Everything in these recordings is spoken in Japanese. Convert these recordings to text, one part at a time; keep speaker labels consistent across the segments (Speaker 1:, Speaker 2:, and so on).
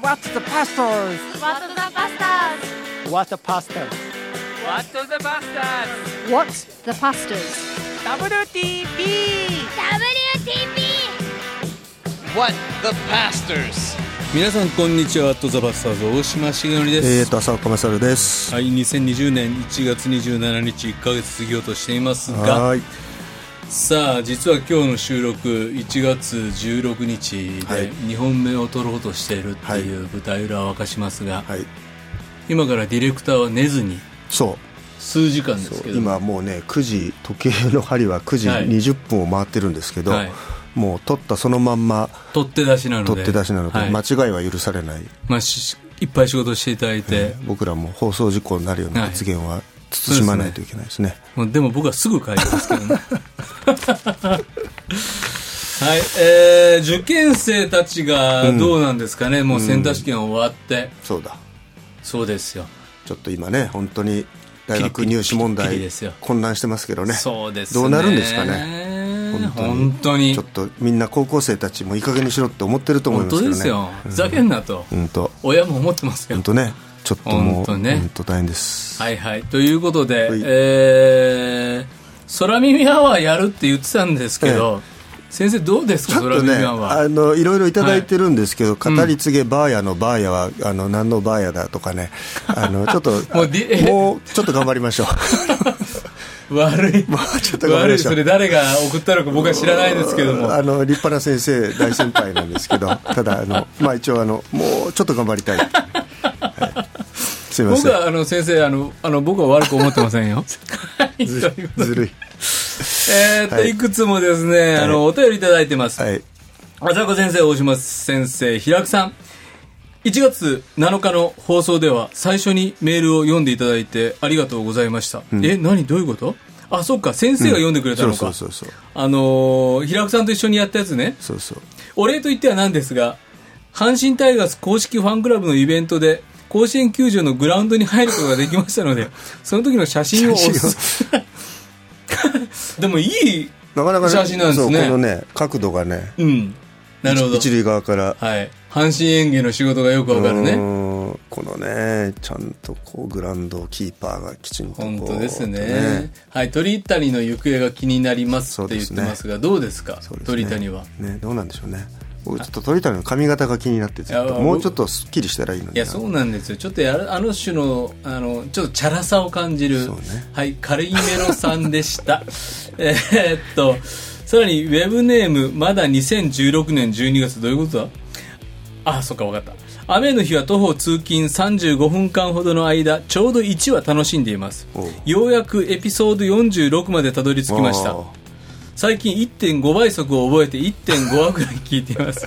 Speaker 1: What's the pastors?
Speaker 2: What the Bastards?
Speaker 1: What the pastors?
Speaker 3: What the Bastards
Speaker 4: What the Pastors
Speaker 3: WTP
Speaker 2: WTP!
Speaker 3: What the Pastors
Speaker 5: 皆さんこんにちは「アットザバスターズ大島茂則です、
Speaker 6: えーと浅岡勝です。
Speaker 5: はい2020年1月27日1ヶ月過ぎようとしていますが
Speaker 6: はーい。
Speaker 5: さあ実は今日の収録1月16日
Speaker 6: はい
Speaker 5: で2本目を撮ろうとしているっていう舞台裏を明かしますが、
Speaker 6: はい。
Speaker 5: 今からディレクターは寝ずに
Speaker 6: そ
Speaker 5: 数時間
Speaker 6: う。
Speaker 5: です
Speaker 6: そ
Speaker 5: け
Speaker 6: う
Speaker 5: ど
Speaker 6: 今もうね9時時計の針は9時
Speaker 5: はい
Speaker 6: 20分を回ってるんですけど、
Speaker 5: はい
Speaker 6: もう取ったそのまんま
Speaker 5: 取って出しなので
Speaker 6: 取って出しなので、
Speaker 5: はい
Speaker 6: 間違いは許されない。
Speaker 5: まあ、しいっぱい仕事していただいて、
Speaker 6: 僕らも放送事故になるような発言は慎まないといけないですね。
Speaker 5: もうでも僕はすぐ帰りますけど ねはいえー、受験生たちがどうなんですかね、もうセンター試験終わって、
Speaker 6: そうだ。
Speaker 5: そうですよ
Speaker 6: ちょっと今ね本当に大
Speaker 5: ピリピ
Speaker 6: 学
Speaker 5: リ
Speaker 6: 入試問
Speaker 5: ピリピリ
Speaker 6: 題
Speaker 5: ですよ
Speaker 6: 混乱してますけどね。
Speaker 5: そうですね
Speaker 6: どうなるんですかね。
Speaker 5: 本
Speaker 6: 本
Speaker 5: 当
Speaker 6: 当
Speaker 5: に本当に
Speaker 6: にちょっとみんな高校生たちもいい加減にしろって思ってると思い
Speaker 5: 本当
Speaker 6: ますけど
Speaker 5: で
Speaker 6: ね。
Speaker 5: すよ、ふざけんなと、
Speaker 6: うんと。
Speaker 5: 親も思ってますよ、
Speaker 6: 本当ねちょっとも
Speaker 5: 本
Speaker 6: う
Speaker 5: 当ね
Speaker 6: 本当大変です
Speaker 5: はいはいということで、
Speaker 6: はい
Speaker 5: えー、空耳アワーやるって言ってたんですけど、先生どうです
Speaker 6: ち
Speaker 5: か
Speaker 6: ょっ
Speaker 5: 空
Speaker 6: とね
Speaker 5: 耳アワー
Speaker 6: あのいろいろいただいてるんですけど、語り継げバーヤのバーヤはあの何のバーヤだとかね あのちょっと
Speaker 5: もうで
Speaker 6: もうちょっと頑張りましょう
Speaker 5: 悪い
Speaker 6: もうちょっと頑張り
Speaker 5: 悪
Speaker 6: ましょ
Speaker 5: いそれ
Speaker 6: う
Speaker 5: 誰が送ったのか僕は知らない ですけども
Speaker 6: あの立派な先生大先輩なんですけどただあの、まあ、一応あのもうちょっと頑張りたい、はいすいま
Speaker 5: 僕
Speaker 6: せん
Speaker 5: はあの先生あのあの僕は悪く思ってません よはいということで
Speaker 6: ずるい
Speaker 5: えーっと、
Speaker 6: はい
Speaker 5: い、くつもですねあのお便りいただいてます、
Speaker 6: はい
Speaker 5: 浅子先生大島先生平久さん1月7日の放送では最初にメールを読んでいただいてありがとうございました、え何どういうことあそっか先生が読んでくれた
Speaker 6: そう
Speaker 5: のか、
Speaker 6: そうそうそう
Speaker 5: あのー平久さんと一緒にやったやつね
Speaker 6: そうそう
Speaker 5: お礼と言ってはなんですが、阪神タイガース公式ファンクラブのイベントで、甲子園球場のグラウンドに入ることができましたので、 その時の写真をお
Speaker 6: 写真を
Speaker 5: す でもいい、
Speaker 6: なかなか
Speaker 5: 写真なんですね
Speaker 6: そうこのね角度がね
Speaker 5: うん。なるほど。
Speaker 6: 一塁側から
Speaker 5: はい。阪神園芸の仕事がよくわかる
Speaker 6: う
Speaker 5: ね。
Speaker 6: ーんこのねちゃんとこうグラウンドキーパーがきちんとこう
Speaker 5: 本当ですね。
Speaker 6: ね
Speaker 5: はい。鳥谷の行方が気になりますって言って
Speaker 6: そうですね
Speaker 5: ますが、どうですか
Speaker 6: そうですね
Speaker 5: 鳥谷は。
Speaker 6: ねどうなんでしょうね僕ちょっと鳥谷の髪型が気になってずっ
Speaker 5: いや
Speaker 6: ともうちょっとすっきりしたらいいのに
Speaker 5: いやそうなんですよちょっとやるあの種のあのちょっとチャラさを感じる、
Speaker 6: そうね
Speaker 5: はい軽いメロさんでした えーっとさらにウェブネームまだ2016年12月どういうことだあそっか分かった雨の日は徒歩通勤35分間ほどの間ちょうど1話楽しんでいます
Speaker 6: おう
Speaker 5: ようやくエピソード46までたどり着きました
Speaker 6: おー
Speaker 5: 最近1.5倍速を覚えて1.5話ぐらい聞いています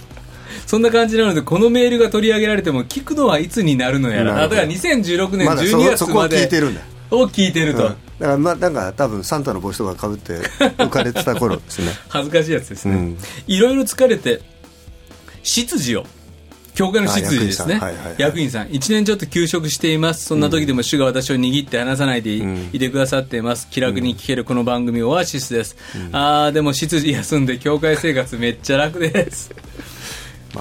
Speaker 5: そんな感じなのでこのメールが取り上げられても聞くのはいつになるのやら
Speaker 6: な
Speaker 5: あ
Speaker 6: るほ
Speaker 5: だか
Speaker 6: ど
Speaker 5: ら2016年
Speaker 6: まだそ
Speaker 5: 12
Speaker 6: そ
Speaker 5: 月
Speaker 6: こ
Speaker 5: ま
Speaker 6: は
Speaker 5: で
Speaker 6: 聞いてるんだよ
Speaker 5: を聞いてる
Speaker 6: うん
Speaker 5: と、
Speaker 6: だからまあなんか多分サンタの帽子とかかぶって浮かれてた頃です ね
Speaker 5: 恥ずかしいやつです
Speaker 6: う
Speaker 5: ね、
Speaker 6: ん
Speaker 5: いろいろ疲れて執事を教会の執事ですね
Speaker 6: あ役員さんはいはいはい
Speaker 5: 役員さん一年ちょっと休職していますそんな時でも主が私を握って離さないでい,、
Speaker 6: ん
Speaker 5: てくださっています気楽に聞けるこの番組オアシスです、あーでも執事休んで教会生活めっちゃ楽です、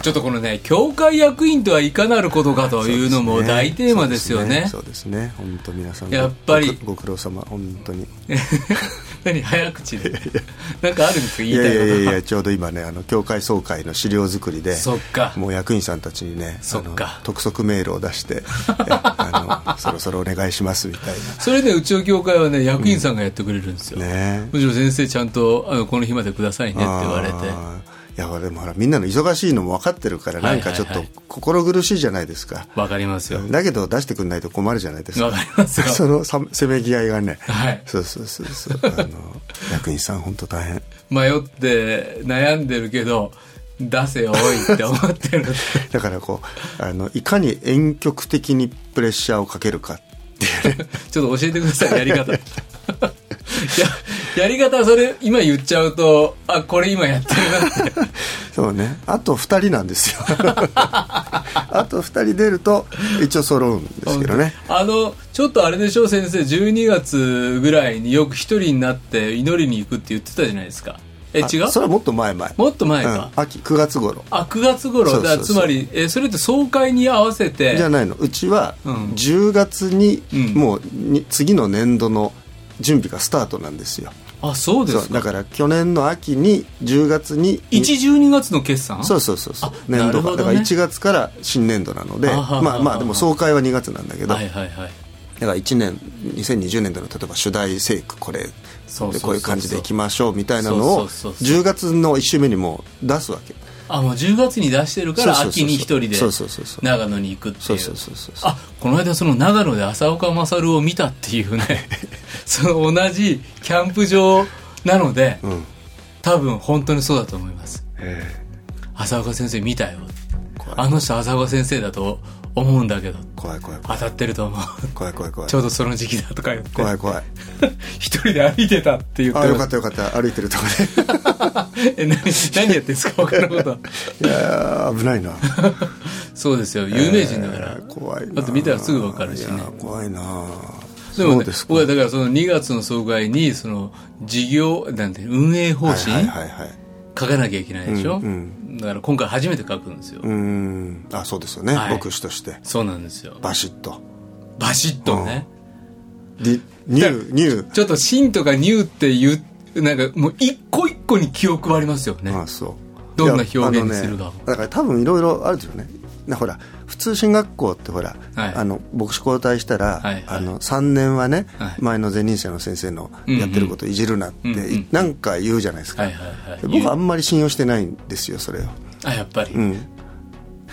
Speaker 5: ちょっとこのね教会役員とはいかなることかというのも大テーマですよね
Speaker 6: そうですねそうですね本当皆さん
Speaker 5: やっぱり
Speaker 6: ごご苦労様本当に
Speaker 5: 何早口でなんかあるんですか言
Speaker 6: い
Speaker 5: いたい
Speaker 6: や
Speaker 5: こと
Speaker 6: いやいやいやちょうど今ねあの教会総会の資料作りで
Speaker 5: そっか
Speaker 6: もう役員さんたちにね
Speaker 5: そっか
Speaker 6: あの督促メールを 出してえあのそろそろお願いしますみたい
Speaker 5: それでうちの教会はね役員さんがやってくれるんですよ、
Speaker 6: なね
Speaker 5: むしろ先生ちゃんとあのこの日までくださいねって言われて
Speaker 6: あーいやでもほらみんなの忙しいのも分かってるから
Speaker 5: はいは
Speaker 6: ないん
Speaker 5: はい
Speaker 6: かちょっと心苦しいじゃないですか
Speaker 5: わかりますよ
Speaker 6: だけど出してくんないと困るじゃないです
Speaker 5: わ
Speaker 6: か
Speaker 5: かりますよ
Speaker 6: そのさせめぎ合いがね
Speaker 5: はい
Speaker 6: そうそうそうそうあの役員さん本当大変
Speaker 5: 迷って悩んでるけど出せよおいって思ってる
Speaker 6: だからこうあのいかに遠曲的にプレッシャーをかけるか
Speaker 5: ちょっと教えてくださいやり方 ややり方それ今言っちゃうとあこれ今やってるなって
Speaker 6: そうね。あと2人なんですよ。 あと2人出ると、一応揃うんですけどね。
Speaker 5: あのちょっとあれでしょう先生12月ぐらいによく一人になって祈りに行くって言ってたじゃないですかえ違う
Speaker 6: あそれはもっと前前
Speaker 5: もっと前
Speaker 6: う
Speaker 5: か
Speaker 6: ん、、秋9月頃
Speaker 5: あ9月頃
Speaker 6: そうそうそう
Speaker 5: だつまり、えーそれって総会に合わせて
Speaker 6: じゃないのうちは
Speaker 5: うん
Speaker 6: 10月に
Speaker 5: うん
Speaker 6: もうに次の年度の準備がスタートなんですよ、
Speaker 5: あそうで
Speaker 6: そ
Speaker 5: す
Speaker 6: う
Speaker 5: か
Speaker 6: だから去年の秋に10月に
Speaker 5: 112月の決算
Speaker 6: そうそうそうそう
Speaker 5: あ
Speaker 6: 年度
Speaker 5: なるほ
Speaker 6: が、
Speaker 5: どね
Speaker 6: だから1月から新年度なので
Speaker 5: あははは
Speaker 6: まあまあでも総会は2月なんだけど、
Speaker 5: はいはいはい
Speaker 6: だから1年2020年度の例えば主題生句こ
Speaker 5: そう
Speaker 6: れ
Speaker 5: そうそうそ
Speaker 6: で
Speaker 5: う
Speaker 6: こういう感じでいきましょうみたいなの
Speaker 5: そう
Speaker 6: を
Speaker 5: そうそうそ
Speaker 6: 10月の1週目にもう出すわけ
Speaker 5: あもう10月に出してるから
Speaker 6: そうそうそうそ
Speaker 5: 秋
Speaker 6: う
Speaker 5: に一人で
Speaker 6: そうそうそうそう
Speaker 5: 長野に行くっていう
Speaker 6: そうそうそうそう
Speaker 5: あこの間その長野で浅岡勝を見たっていうね その同じキャンプ場なので、
Speaker 6: ん
Speaker 5: 多分本当にそうだと思います浅岡先生見たよあの人浅岡先生だと思うんだけど
Speaker 6: 怖い怖い
Speaker 5: 当たってると思う
Speaker 6: 怖い怖い怖い
Speaker 5: ちょうどその時期だとか言って
Speaker 6: 怖い怖い
Speaker 5: 一人で歩いてたって言って
Speaker 6: あよかったたよかった歩いてるとこ で
Speaker 5: え何何やってんですか他のこと
Speaker 6: いやー危ないな
Speaker 5: そうですよ有名人だから、
Speaker 6: えー怖いな
Speaker 5: だって見たらすぐ分かるしね
Speaker 6: いやー怖いな
Speaker 5: でも
Speaker 6: そ
Speaker 5: ね
Speaker 6: うですか
Speaker 5: 僕はだからその2月の総会にその事業なんて運営方
Speaker 6: はい
Speaker 5: 針、
Speaker 6: はいはいはい
Speaker 5: 書かなきゃいけないでしょ、
Speaker 6: うんう
Speaker 5: だから今回初めて書くんですよ、
Speaker 6: うーんあそうですよね、
Speaker 5: はい
Speaker 6: 牧師として
Speaker 5: そうなんですよ
Speaker 6: バシッと
Speaker 5: バシッとね、
Speaker 6: リニューニュ
Speaker 5: ちょっと「新」とか「ニュー」っていうなんかもう一個一個に気を配りますよね、
Speaker 6: ーあそう
Speaker 5: どんない
Speaker 6: や
Speaker 5: 表現に
Speaker 6: あの
Speaker 5: するか
Speaker 6: ね、だから多分いろいろあるでしょうねなほら普通進学校ってほら、
Speaker 5: はい
Speaker 6: あの牧師交代したら、
Speaker 5: はいはい
Speaker 6: あの3年はね、
Speaker 5: はい
Speaker 6: 前の前任者の先生の
Speaker 5: うんうん
Speaker 6: やってることいじるなっ
Speaker 5: う
Speaker 6: て、
Speaker 5: んうん
Speaker 6: なんか言うじゃないですか、
Speaker 5: はいはいはい
Speaker 6: で僕はあんまり信用してないんですよそれを
Speaker 5: あやっぱり、
Speaker 6: うん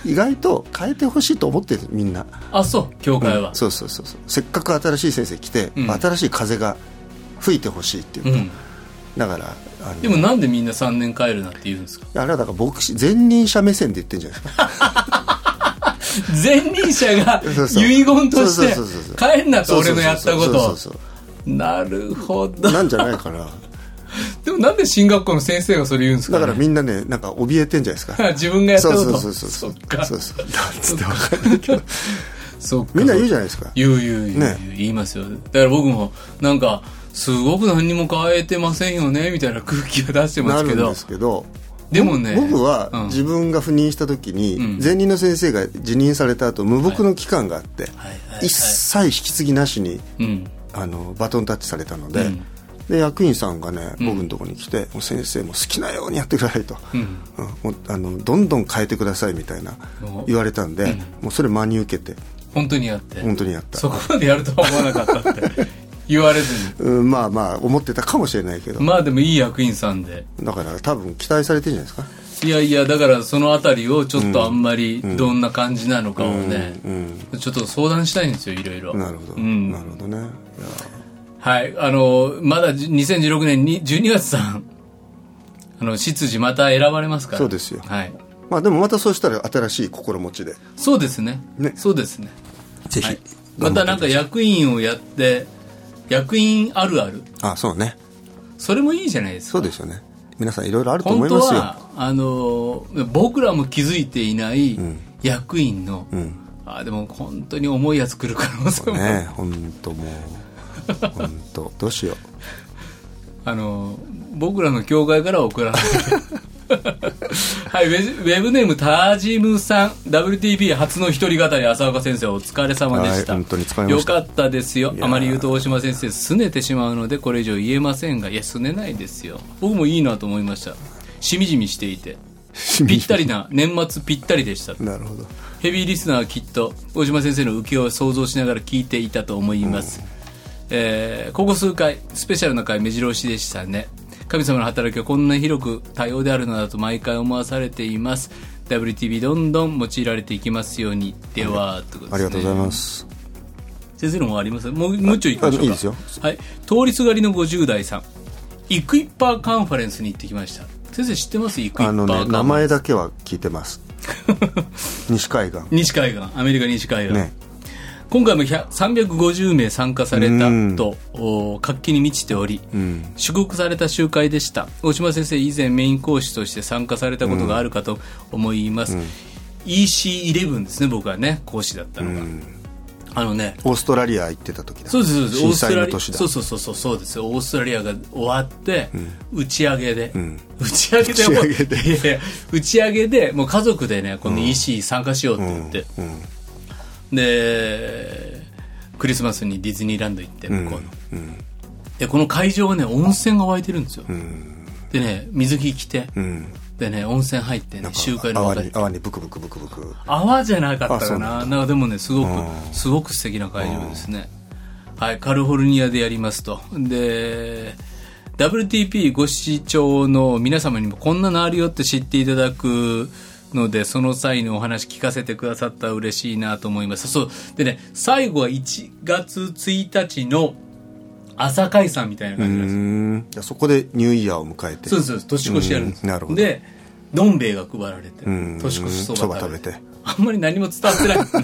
Speaker 6: 意外と変えてほしいと思ってるみんな
Speaker 5: あそう教会は、
Speaker 6: そうそうそうそうせっかく新しい先生来て、
Speaker 5: うん
Speaker 6: 新しい風が吹いてほしいっていう
Speaker 5: う
Speaker 6: か、
Speaker 5: ん
Speaker 6: だからあの
Speaker 5: でもなんでみんな3年帰るなって言うんですか
Speaker 6: あれはだから牧師前任者目線で言ってんじゃないですか
Speaker 5: 前任者が
Speaker 6: そうそう
Speaker 5: 遺言として
Speaker 6: そうそうそうそう
Speaker 5: 帰んなと俺のやったこ
Speaker 6: そう
Speaker 5: と
Speaker 6: そうそうそう
Speaker 5: なるほど
Speaker 6: そうなんじゃないかな
Speaker 5: でもなんで進学校の先生がそれ言うんですか、
Speaker 6: だ
Speaker 5: ね、
Speaker 6: からみんなねなんか怯えてんじゃないですか
Speaker 5: 自分がやった
Speaker 6: そう
Speaker 5: こと
Speaker 6: そうそうそう
Speaker 5: そ
Speaker 6: そ
Speaker 5: っ
Speaker 6: う
Speaker 5: か
Speaker 6: そうそうなんつってわかんない
Speaker 5: そっか
Speaker 6: みんな言うじゃないですか
Speaker 5: 言う言う言う
Speaker 6: ね
Speaker 5: 言う言いますよだから僕もなんかすごく何にも変えてませんよねみたいな空気は出してま
Speaker 6: な
Speaker 5: す
Speaker 6: る
Speaker 5: け
Speaker 6: ん
Speaker 5: ど
Speaker 6: ですけど
Speaker 5: でもね
Speaker 6: 僕は
Speaker 5: うん
Speaker 6: 自分が赴任した時
Speaker 5: うん
Speaker 6: に前任の先生が辞任された後無僕の期間があって
Speaker 5: はいはいはい
Speaker 6: 一切引き継ぎなしに
Speaker 5: うん
Speaker 6: あのバトンタッチされたので
Speaker 5: うん
Speaker 6: で役員さんがね僕のところに来て「もう先生もう好きなようにやってください」と。
Speaker 5: うん
Speaker 6: うんもうあのどんどん変えてくださいみたいな
Speaker 5: お
Speaker 6: 言われたんで、もうそれ真に受けて
Speaker 5: 本当にやって
Speaker 6: 本当にやった
Speaker 5: そこまでやるとは思わなかったって言われずに
Speaker 6: うんまあまあ思ってたかもしれないけど、
Speaker 5: まあでもいい役員さんで
Speaker 6: だから多分期待されてるんじゃないで
Speaker 5: いやいやだからそのあたりをちょっとあんまりどんな感じなのかをね、ちょっと相談したいんですよいろいろ
Speaker 6: すかなるほど、
Speaker 5: うん、
Speaker 6: なるほどねいや
Speaker 5: はい、あの、まだじ2016年に12月さん、あの、執事また選ばれますから。
Speaker 6: そうですよ
Speaker 5: はい。
Speaker 6: まあでもまたそうしたら新しい心持ちで
Speaker 5: そうですね。
Speaker 6: ね
Speaker 5: そうですね。
Speaker 6: ぜひ、
Speaker 5: はい。またなんか役員をやって、役員あるある。
Speaker 6: あそうね
Speaker 5: それもいいじゃないですか。
Speaker 6: そうですよね皆さんいろいろあると思
Speaker 5: 本
Speaker 6: い
Speaker 5: 当
Speaker 6: ますよ
Speaker 5: は、あの、僕らも気づいていない役員の、
Speaker 6: ん
Speaker 5: あ、でも本当に重いやつ来る可能性も、
Speaker 6: ね本当もう本当どうしよ
Speaker 5: あの、僕らの教会からは送らない。 はい、ウェブウェブネームタジムさん WTP 初の一人語り浅岡先生お疲れ様でした、
Speaker 6: はい本当に疲れました
Speaker 5: よかったですよ
Speaker 6: いやー
Speaker 5: あまり言うと大島先生拗ねてしまうのでこれ以上言えませんがいや拗ねないですよ僕もいいなと思いましたしみじみしていて
Speaker 6: みじ
Speaker 5: ぴ
Speaker 6: み
Speaker 5: ったりな年末ぴったりでした
Speaker 6: う なるほど
Speaker 5: ヘビーリスナーはきっと大島先生の受けを想像しながら聞いていたと思います、えーここ数回スペシャルな回目白押しでしたね神様の働きはこんな広く多様であるのだと毎回思わされています WTV どんどん用いられていきますようにではということ
Speaker 6: あ
Speaker 5: ですね
Speaker 6: りがとうございます
Speaker 5: 先生のもありますもうもうちょい行きましょうか
Speaker 6: あいいですよ
Speaker 5: はい、通りすがりの50代さんイクイッパーカンファレンスに行ってきました先生知ってますイクイッパーカ
Speaker 6: あ
Speaker 5: ンファ
Speaker 6: の
Speaker 5: レンス
Speaker 6: ね名前だけは聞い てます西海岸
Speaker 5: 西海岸アメリカ西海岸、
Speaker 6: ね
Speaker 5: 今回も100 350名参加された
Speaker 6: うん
Speaker 5: とお活気に満ちており、
Speaker 6: ん
Speaker 5: 祝福された集会でした大島先生以前メイン講師として参加されたことがあるかと思います、EC11 ですね僕はね講師だったのが、あのね
Speaker 6: オーストラリア行ってた時だ
Speaker 5: そうですそうです
Speaker 6: 震
Speaker 5: オ
Speaker 6: 災の
Speaker 5: ース
Speaker 6: 年だ
Speaker 5: トラリアそうそうそうそうそうですよオーストラリアが終わって、打ち上げで、 打ち上げでもう
Speaker 6: 打ち上げで
Speaker 5: いやいや打ち上げでもう家族でねこの EC 参加しようって言って、でクリスマスにディズニーランド行って向こうの、でこの会場がね温泉が湧いてるんですよ、でね水着着て、
Speaker 6: うん
Speaker 5: でね温泉入ってね集会の
Speaker 6: 泡
Speaker 5: 中
Speaker 6: に
Speaker 5: に
Speaker 6: 泡にブクブクブクブク
Speaker 5: 泡じゃなかった
Speaker 6: あそ
Speaker 5: か
Speaker 6: うなん
Speaker 5: な
Speaker 6: だ
Speaker 5: なんかでもねすご
Speaker 6: う
Speaker 5: くすごく素敵な会場ですねはいカリフォルニアでやりますとで WTP ご視聴の皆様にもこんなのあるよって知っていただくのでその際のお話聞かせてくださったら嬉しいなと思いますそうでね最後は1月1日の朝解散みたいな感じなん
Speaker 6: う
Speaker 5: ですよ
Speaker 6: んいやそこでニューイヤーを迎えて
Speaker 5: そうですそうです年越しやるんです
Speaker 6: うんなるほど
Speaker 5: でどん兵衛が配られて
Speaker 6: うん
Speaker 5: 年越しそ
Speaker 6: そ
Speaker 5: ば
Speaker 6: ば
Speaker 5: 食
Speaker 6: 食
Speaker 5: べて
Speaker 6: べて
Speaker 5: あんまり何も伝わってないです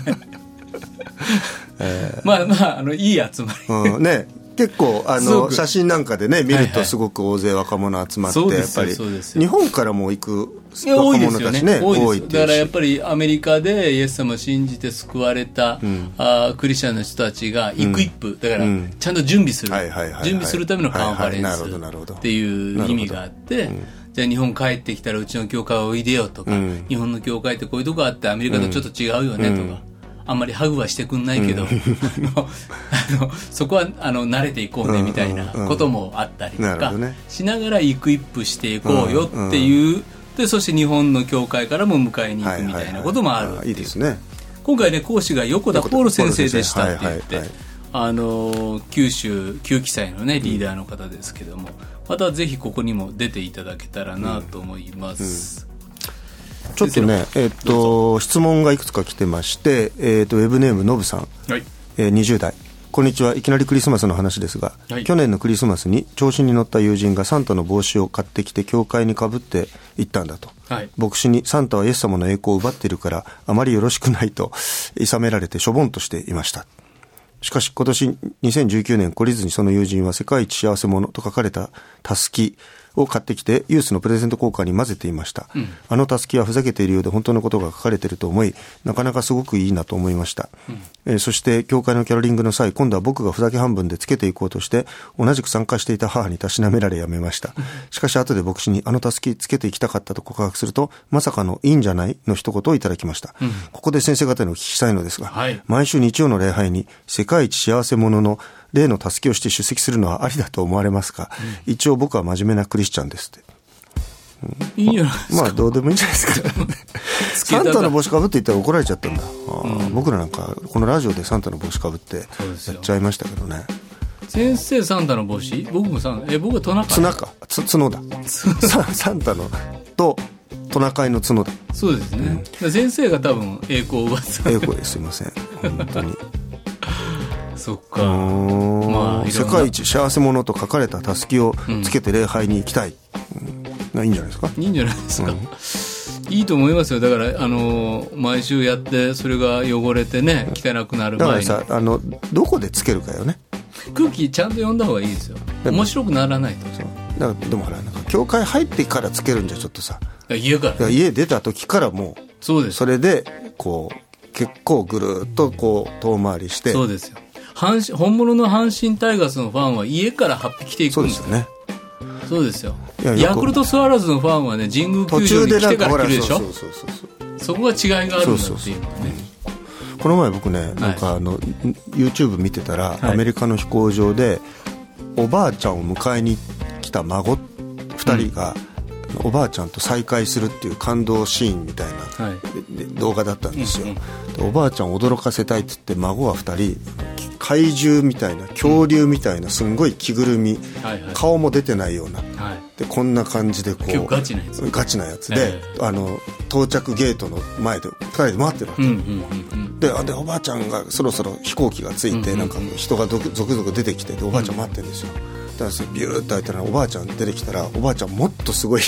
Speaker 5: ね。まあまあ、あの、いい集まり。
Speaker 6: うんね結構あ
Speaker 5: すご
Speaker 6: の
Speaker 5: く
Speaker 6: 写真なんかでね見
Speaker 5: はいは
Speaker 6: る
Speaker 5: い
Speaker 6: とすごく大勢若者集まって、
Speaker 5: そうで
Speaker 6: やっ
Speaker 5: す
Speaker 6: ぱ
Speaker 5: よ
Speaker 6: り
Speaker 5: そうですよ
Speaker 6: 日本からも行く
Speaker 5: いや、多
Speaker 6: 若
Speaker 5: いで
Speaker 6: 者
Speaker 5: すよ
Speaker 6: た
Speaker 5: ね
Speaker 6: ちね。
Speaker 5: 多いです
Speaker 6: 多いって
Speaker 5: だ
Speaker 6: い
Speaker 5: か
Speaker 6: う
Speaker 5: らやっ
Speaker 6: し
Speaker 5: ぱりアメリカでイエス様を信じて救われた、あークリスチャンの人たちが一句一句、だから、ちゃんと準備する、
Speaker 6: はいはいはいはい
Speaker 5: 準備するためのカンファレン
Speaker 6: はいはいなるほどなるほ
Speaker 5: ス
Speaker 6: ど
Speaker 5: っていう意味があって、じゃあ日本帰ってきたらうちの教会おいでよとか、日本の教会ってこういうとこあってアメリカとちょっと違うよねとか、あんまりハグはしてくんないけど、あのあのそこはあの慣れていこうねみたいなこともあったりと
Speaker 6: なる
Speaker 5: か
Speaker 6: ほどね
Speaker 5: しながらイクイップしていこうよっていう、でそして日本の教会からも迎えに行くみたいなこともあるって
Speaker 6: い
Speaker 5: い
Speaker 6: いうですね
Speaker 5: 今回ね講師が横田ポール先生でしたって言って、
Speaker 6: はいはいはい
Speaker 5: あのー九州旧記載のねリーダーの方ですけども、またぜひここにも出ていただけたらなと思います、
Speaker 6: ちょっとねえっと質問がいくつか来てまして、えっとウェブネームのぶさん、
Speaker 5: はい
Speaker 6: えー20代こんにちはいきなりクリスマスの話ですが、
Speaker 5: はい
Speaker 6: 去年のクリスマスに調子に乗った友人がサンタの帽子を買ってきて教会にかぶって行ったんだと、
Speaker 5: はい
Speaker 6: 牧師にサンタはイエス様の栄光を奪っているからあまりよろしくないといさめられてしょぼんとしていましたしかし今年2019年懲りずにその友人は世界一幸せ者と書かれたタスキを買ってきてユースのプレゼント交換に混ぜていました、あのタスキはふざけているようで本当のことが書かれていると思いなかなかすごくいいなと思いました、えーそして教会のキャロリングの際今度は僕がふざけ半分でつけていこうとして同じく参加していた母にたしなめられやめましたしかし後で牧師にあのタスキつけていきたかったと告白するとまさかのいいんじゃないの一言をいただきました、ここで先生方にお聞きしたいのですが、
Speaker 5: はい
Speaker 6: 毎週日曜の礼拝に世界一幸せ者の例の助けをして出席するのはありだと思われますか、一応僕は真面目なクリスチャンですって
Speaker 5: い、いんじゃないですか、
Speaker 6: まあどうでもいいんじゃ ないですか
Speaker 5: け
Speaker 6: サ
Speaker 5: た
Speaker 6: ン
Speaker 5: ら
Speaker 6: タの帽子かぶっていったら怒られちゃったんだ、あー僕らなんかこのラジオでサンタの帽子かぶってや
Speaker 5: うですよ
Speaker 6: っちゃいましたけどね
Speaker 5: 先生サンタの帽子僕もサンタえ僕はトナカイ
Speaker 6: 綱かつ角だササンタのとトナカイの角だ
Speaker 5: そうですね、だから先生が多分栄光を奪ってた
Speaker 6: 英語ですいません本当に
Speaker 5: そっ
Speaker 6: う
Speaker 5: か
Speaker 6: ーん
Speaker 5: まあいろ
Speaker 6: 世
Speaker 5: んな
Speaker 6: 界一幸せ者と書かれたたすきをつけて礼拝に行きたい、うんいいんじゃないですか
Speaker 5: いいんじゃないですか、いいと思いますよだからあのー毎週やってそれが汚れてね汚くなる
Speaker 6: だか
Speaker 5: 前
Speaker 6: ら
Speaker 5: に
Speaker 6: さあのどこでつけるかよね
Speaker 5: 空気ちゃんと読んだ方がいいですよ
Speaker 6: でも
Speaker 5: 面白くならないと
Speaker 6: だからでもほらなんか教会入ってからつけるんじゃちょっとさ
Speaker 5: いや家か
Speaker 6: だからら家出た時からも
Speaker 5: そうで
Speaker 6: う
Speaker 5: す
Speaker 6: それでこう結構ぐるーっとこう遠回りして
Speaker 5: そうですよ阪神本物の阪神タイガースのファンは家から8匹で行
Speaker 6: そ
Speaker 5: く
Speaker 6: うん
Speaker 5: で
Speaker 6: で
Speaker 5: すす
Speaker 6: よね
Speaker 5: そうですよ
Speaker 6: いやよく
Speaker 5: ヤクルトスワローズのファンはね神宮
Speaker 6: 途
Speaker 5: 球場
Speaker 6: 中
Speaker 5: に
Speaker 6: で
Speaker 5: 来
Speaker 6: な
Speaker 5: て
Speaker 6: ん
Speaker 5: か
Speaker 6: からほら
Speaker 5: 来るで
Speaker 6: そう
Speaker 5: しょ
Speaker 6: そうそうそう
Speaker 5: そこが違いがあるんだ
Speaker 6: そう
Speaker 5: って
Speaker 6: そう
Speaker 5: いうのはね
Speaker 6: この前僕ねなんかあの、YouTube 見てたら、アメリカの飛行場でおばあちゃんを迎えに来た孫2人が、おばあちゃんと再会するっていう感動シーンみたいな、
Speaker 5: はい
Speaker 6: でで動画だったんです
Speaker 5: う
Speaker 6: よ、
Speaker 5: んうん
Speaker 6: でおばあちゃんを驚かせたいって言って孫は2人怪獣みたいな恐竜みたいなすんごい着ぐるみ、
Speaker 5: はいはい
Speaker 6: 顔も出てないような
Speaker 5: はい
Speaker 6: でこんな感じでこう
Speaker 5: 結構ガチなやつ
Speaker 6: ガチなやつで
Speaker 5: え、
Speaker 6: あの到着ゲートの前で2人で待ってるわけ
Speaker 5: うんうんうんうん
Speaker 6: であでおばあちゃんがそろそろ飛行機が着いて、なんか人がどく続々出てきてでおばあちゃん待ってるんですよ、だからそれビューッと開いたらおばあちゃん出てきたらおばあちゃんもっとす ごい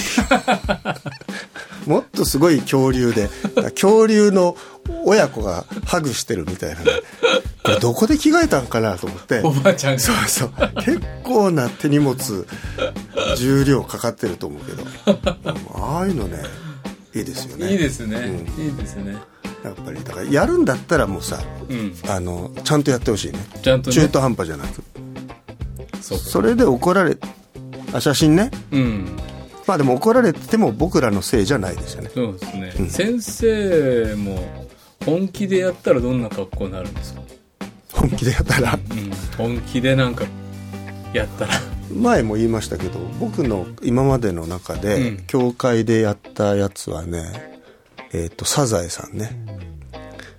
Speaker 6: もっとすごい恐竜でだから恐竜の親子がハグしてるみたいなねこれどこで着替えたんかなと思って
Speaker 5: おばあちゃんが
Speaker 6: そうそう結構な手荷物重量かかってると思うけどうんああいうのねいいですよね
Speaker 5: いいですね、いいですね
Speaker 6: やっぱりだからやるんだったらもうさ
Speaker 5: うん
Speaker 6: あのちゃんとやってほしいね
Speaker 5: ちゃんとね
Speaker 6: 中途半端じゃなく
Speaker 5: そうか
Speaker 6: それで怒られあ写真ね
Speaker 5: うん
Speaker 6: まあでも怒られても僕らのせいじゃないですよね
Speaker 5: そうですね、先生も本気でやったらどんな格好になるんですか、
Speaker 6: 本気でやったら
Speaker 5: うん、本気でなんかやったら
Speaker 6: 前も言いましたけど僕の今までの中で、
Speaker 5: うん
Speaker 6: 教会でやったやつはねえっ、とサザエさんね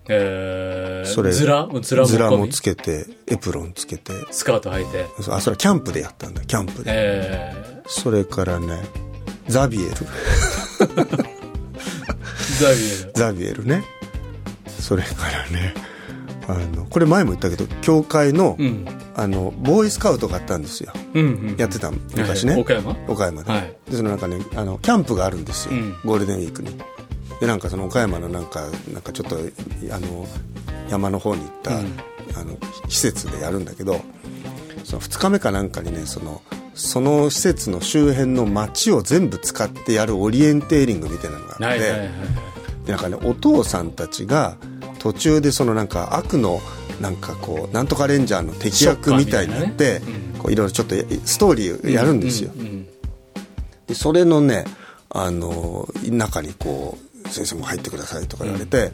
Speaker 5: えー、
Speaker 6: それ
Speaker 5: ずらずらも
Speaker 6: ズラ
Speaker 5: 込
Speaker 6: も
Speaker 5: み
Speaker 6: つけてエプロンつけて
Speaker 5: スカート履いて
Speaker 6: そうあそれはキャンプでやったんだキャンプで
Speaker 5: え
Speaker 6: それからねザビエル
Speaker 5: ー、ザビエル
Speaker 6: ザビエルねそれからねあのこれ前も言ったけど教会の,、
Speaker 5: うん
Speaker 6: あのボーイスカウトがあったんですよ
Speaker 5: うんうん
Speaker 6: やってた昔ね、
Speaker 5: はい岡山
Speaker 6: 岡山で、
Speaker 5: はい
Speaker 6: でそのなんかねあのキャンプがあるんですよ、
Speaker 5: うん
Speaker 6: ゴールデンウィークにでなんかその岡山のなんかなんかちょっとあの山の方に行った、
Speaker 5: うん
Speaker 6: あの施設でやるんだけどその2日目かなんかにねそのその施設の周辺の街を全部使ってやるオリエンテーリングみたいなのがあっ
Speaker 5: は
Speaker 6: て、
Speaker 5: いはいはい
Speaker 6: でなんかねお父さんたちが途中でそのなんか悪のなんかこうなんとかレンジャーの敵役みたいになって
Speaker 5: ショッカーみたいなねうん
Speaker 6: こういろいろちょっとストーリーやるんですよ、
Speaker 5: うんうん
Speaker 6: でそれのねあの中にこう先生も入ってくださいとか言われて、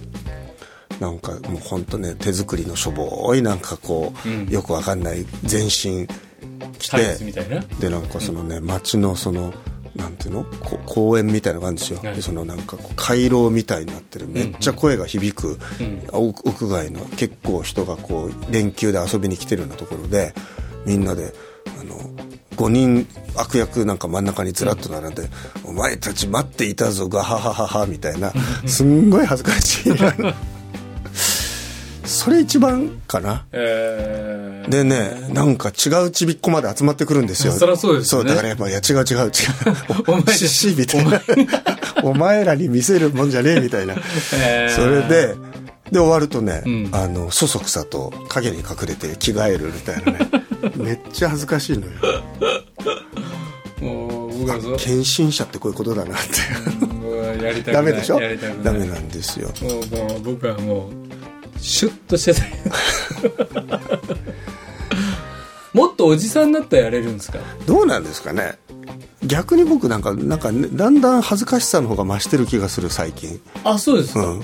Speaker 6: なんかもうほんとね手作りのしょぼいなんかこう、
Speaker 5: うん
Speaker 6: よくわかんない全身着
Speaker 5: タイツ
Speaker 6: て
Speaker 5: みたいな
Speaker 6: でなんかそのね街のそのなんていうのこ公園みたいなのがあるんですよ、
Speaker 5: はい
Speaker 6: でそのなんかこう回廊みたいになってるめっちゃ声が響く、屋屋外の結構人がこう連休で遊びに来てるようなところでみんなであの5人悪役なんか真ん中にずらっと並んで「お前たち待っていたぞガハハハハ」みたいなすんごい恥ずかしいなそれ一番かな
Speaker 5: えー、
Speaker 6: でね、なんか違うちびっこまで集まってくるんですよ。
Speaker 5: そりゃそうですよね
Speaker 6: そう、だからやっぱ、いや、違う違う違う。
Speaker 5: お前
Speaker 6: シシみたいな。 お前らに見せるもんじゃねえみたいな。
Speaker 5: えー
Speaker 6: それで、で、終わるとね、
Speaker 5: ん
Speaker 6: あの、そそくさと影に隠れて着替えるみたい なね。めっちゃ恥ずかしいのよ。
Speaker 5: もう僕は そう
Speaker 6: 献身者ってこういうことだなって。
Speaker 5: もうやりたくない
Speaker 6: ダメでしょ
Speaker 5: やりたくない
Speaker 6: ダメなんですよ。
Speaker 5: もうもう僕はもうシュッとしてたい もっとおじさんになったらやれるんですか
Speaker 6: どうなんですかね逆に僕なんか、なんかね、だんだん恥ずかしさの方が増してる気がする、最近。
Speaker 5: あそうです
Speaker 6: う
Speaker 5: か、
Speaker 6: ん。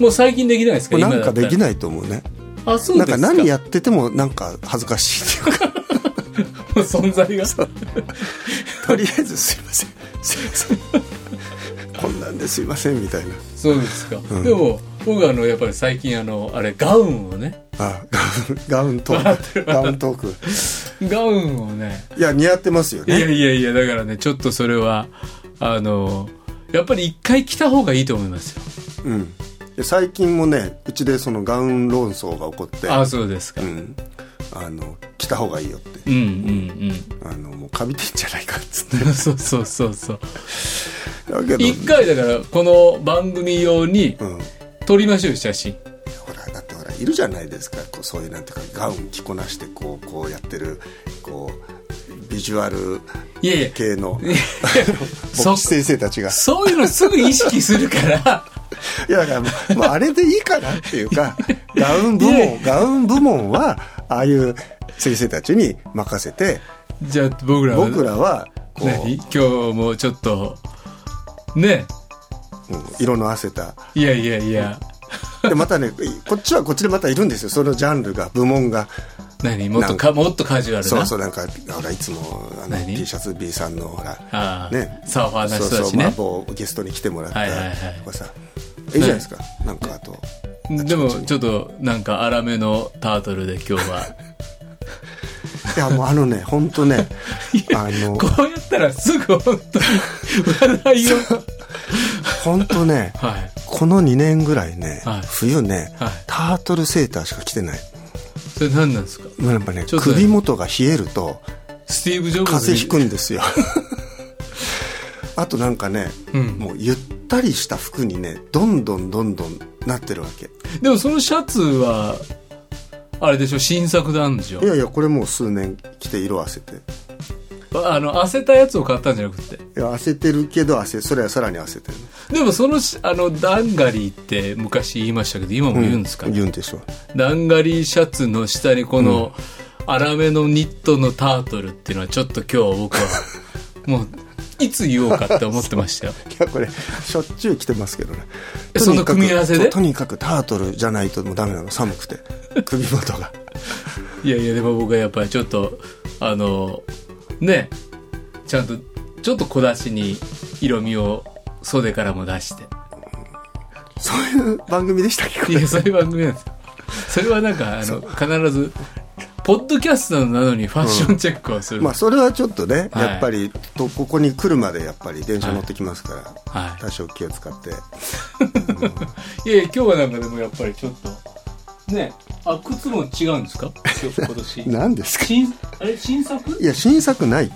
Speaker 5: もう最近できないですか
Speaker 6: な
Speaker 5: 今
Speaker 6: んかでき
Speaker 5: い
Speaker 6: ないと思うね。
Speaker 5: あそう
Speaker 6: な
Speaker 5: で
Speaker 6: ん
Speaker 5: すか
Speaker 6: か何やっててもなんか恥ずかしい っていうか
Speaker 5: もう 存在が
Speaker 6: とりあえずすいません すいませんこんなんですいませんみたいな
Speaker 5: そうですか、
Speaker 6: ん
Speaker 5: でも僕はあのやっぱり最近あのあれガウンをね
Speaker 6: あガウンガウントークガウントーク
Speaker 5: ガウンをね
Speaker 6: いや似合ってますよ
Speaker 5: いや
Speaker 6: ね
Speaker 5: いやいやだからねちょっとそれはあのやっぱり一回来た方がいいと思いますよ
Speaker 6: うんで最近もねうちでそのガウン論争が起こって
Speaker 5: あそうですか、う、
Speaker 6: うんんあの着た方がいいよって
Speaker 5: うんうん
Speaker 6: あのもうかびてんじゃないかっつっ
Speaker 5: うんそうそうそうそう
Speaker 6: てだけど
Speaker 5: 一回だからこの番組用に
Speaker 6: うん
Speaker 5: 撮りましょうよ写真
Speaker 6: ほらだってほらいるじゃないですかこうそういうなんていうかガウン着こなしてこうこうやってるこうビジュアル
Speaker 5: いやいや
Speaker 6: 系の
Speaker 5: そ
Speaker 6: 牧師先生たちが
Speaker 5: そういうのすぐ意識するから
Speaker 6: いやだからもうもうあれでいいかなっていうかガウン部
Speaker 5: いやい
Speaker 6: 門ガウン部門はああいう先生たちに任せて
Speaker 5: じゃあ僕らは
Speaker 6: 僕らはこ
Speaker 5: 何今日もちょっとね
Speaker 6: う、うん色のあせた
Speaker 5: いやいやいや
Speaker 6: でまたねこっちはこっちでまたいるんですよそのジャンルが部門が
Speaker 5: 何もっとかもっとカジュアルな
Speaker 6: そうそうなんかほらいつもあの
Speaker 5: 何
Speaker 6: T シャツ B さんのほら
Speaker 5: ああ
Speaker 6: ね
Speaker 5: サーファーの人たちね
Speaker 6: そうそう、まあ、某ゲストに来てもらった
Speaker 5: はいはいはい
Speaker 6: とかさ、いいじゃないですか、なんかあと
Speaker 5: でもちょっとなんか粗めのタートルで今日は
Speaker 6: いやもうあのね本当 ねあの
Speaker 5: こうやったらすぐ本当に話題を
Speaker 6: 本当ね
Speaker 5: はい
Speaker 6: この2年ぐらいね、
Speaker 5: はい
Speaker 6: 冬ね、
Speaker 5: はい
Speaker 6: タートルセーターしか着てない
Speaker 5: それ何なんですか
Speaker 6: もうやっぱね
Speaker 5: ちょっとね
Speaker 6: 首元が冷えると
Speaker 5: スティーブ・ジョブズ
Speaker 6: 風邪ひく
Speaker 5: い
Speaker 6: ん ですよあとなんかね、
Speaker 5: うん
Speaker 6: もうゆったりした服にねどんどんどんどんなってるわけ
Speaker 5: でもそのシャツはあれでしょ新作なんでしょ
Speaker 6: いやいやこれもう数年着て色あせて
Speaker 5: あの、焦ったやつを買ったんじゃなくて。
Speaker 6: いや焦ってるけど焦それはさらに焦ってる
Speaker 5: でもそのし、あの、ダンガリーって昔言いましたけど、今も言うんですかね、
Speaker 6: 言うんでしょう
Speaker 5: ダンガリーシャツの下にこの、粗めのニットのタートルっていうのはちょっと今日僕は、もう、いつ言おうかって思ってましたよ。
Speaker 6: いやこれしょっちゅう着てますけどね
Speaker 5: えその組み合わせで
Speaker 6: ととにかくタートルじゃないともうダメなの寒 くて首元が
Speaker 5: いやいや、でも僕はやっぱりちょっと、あの、ね、ちゃんと、ちょっと小出しに色味を袖からも出して。
Speaker 6: そういう番組でしたっけこ
Speaker 5: い
Speaker 6: れ
Speaker 5: や、そういう番組なんですよ。それはなんか、あの、必ず、ポッドキャストなのにファッションチェックをする。
Speaker 6: まあそれはちょっとね、
Speaker 5: はい
Speaker 6: やっぱりとここに来るまでやっぱり電車乗ってきますから、
Speaker 5: はい
Speaker 6: 多少気を使って
Speaker 5: いやいや、今日はなんかでもやっぱりちょっと、ね、あ、靴も違うんですか今日今 年。
Speaker 6: 何ですか
Speaker 5: 新、あれ、新作
Speaker 6: いや新作ないって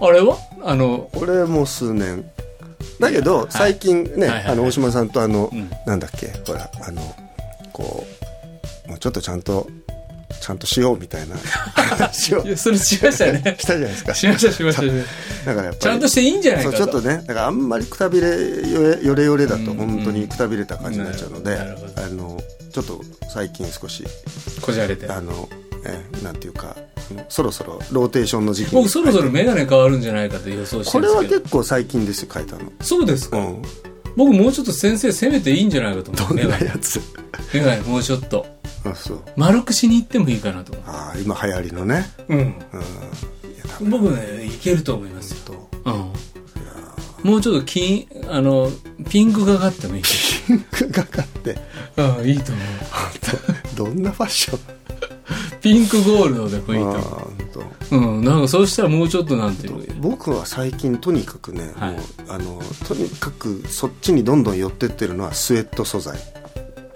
Speaker 6: 本
Speaker 5: あれはあの、
Speaker 6: 当これもう数年だけど最近
Speaker 5: はい
Speaker 6: ね、
Speaker 5: はいはい
Speaker 6: あの大島さんとあの、
Speaker 5: ん
Speaker 6: なんだっけほらあのこうもうちょっとちゃんとちゃんとしよう みたいな話を
Speaker 5: いや、それしました ね
Speaker 6: し。たじゃないですか
Speaker 5: しました、しましたしまし
Speaker 6: だからやっぱり
Speaker 5: た。ちゃんとしていいんじゃない
Speaker 6: そ
Speaker 5: か
Speaker 6: う
Speaker 5: と。
Speaker 6: ちょっとねだからあんまりくたびれよれよれよれだと
Speaker 5: うん
Speaker 6: 本当にくたびれた感じになっちゃうので、
Speaker 5: なるほど
Speaker 6: あのちょっと最近少し
Speaker 5: こじゃれて。
Speaker 6: あのえなんていうかあのそろそろローテーションの時期に
Speaker 5: 僕そろそろ眼鏡変わるんじゃないかと予想して
Speaker 6: こ
Speaker 5: るん
Speaker 6: れ
Speaker 5: です
Speaker 6: は
Speaker 5: けど。
Speaker 6: 結構最近ですよ書いたの
Speaker 5: そうですか、
Speaker 6: うん
Speaker 5: 僕もうちょっと先生攻めていいんじゃないかと思
Speaker 6: ど
Speaker 5: うん眼
Speaker 6: な
Speaker 5: 鏡
Speaker 6: やつ
Speaker 5: 眼鏡もうちょっと
Speaker 6: あそう
Speaker 5: 丸くしに行ってもいいかなと思
Speaker 6: ああ今流行りの ね
Speaker 5: う、うん、
Speaker 6: うんいや多分
Speaker 5: 僕ねいけると思いますよ、
Speaker 6: と
Speaker 5: うん、もうちょっと金あのピンクがかってもいい、
Speaker 6: ピンクがかって
Speaker 5: うん、いいと思
Speaker 6: どんなファッション
Speaker 5: うピンクゴールドでもいいと
Speaker 6: ああ
Speaker 5: 思
Speaker 6: ほんと
Speaker 5: う、うん、なんかそうしたらもうちょっとなんていう
Speaker 6: 僕は最近とにかくね、
Speaker 5: はい
Speaker 6: もうあのとにかくそっちにどんどん寄ってってるのはスウェット素材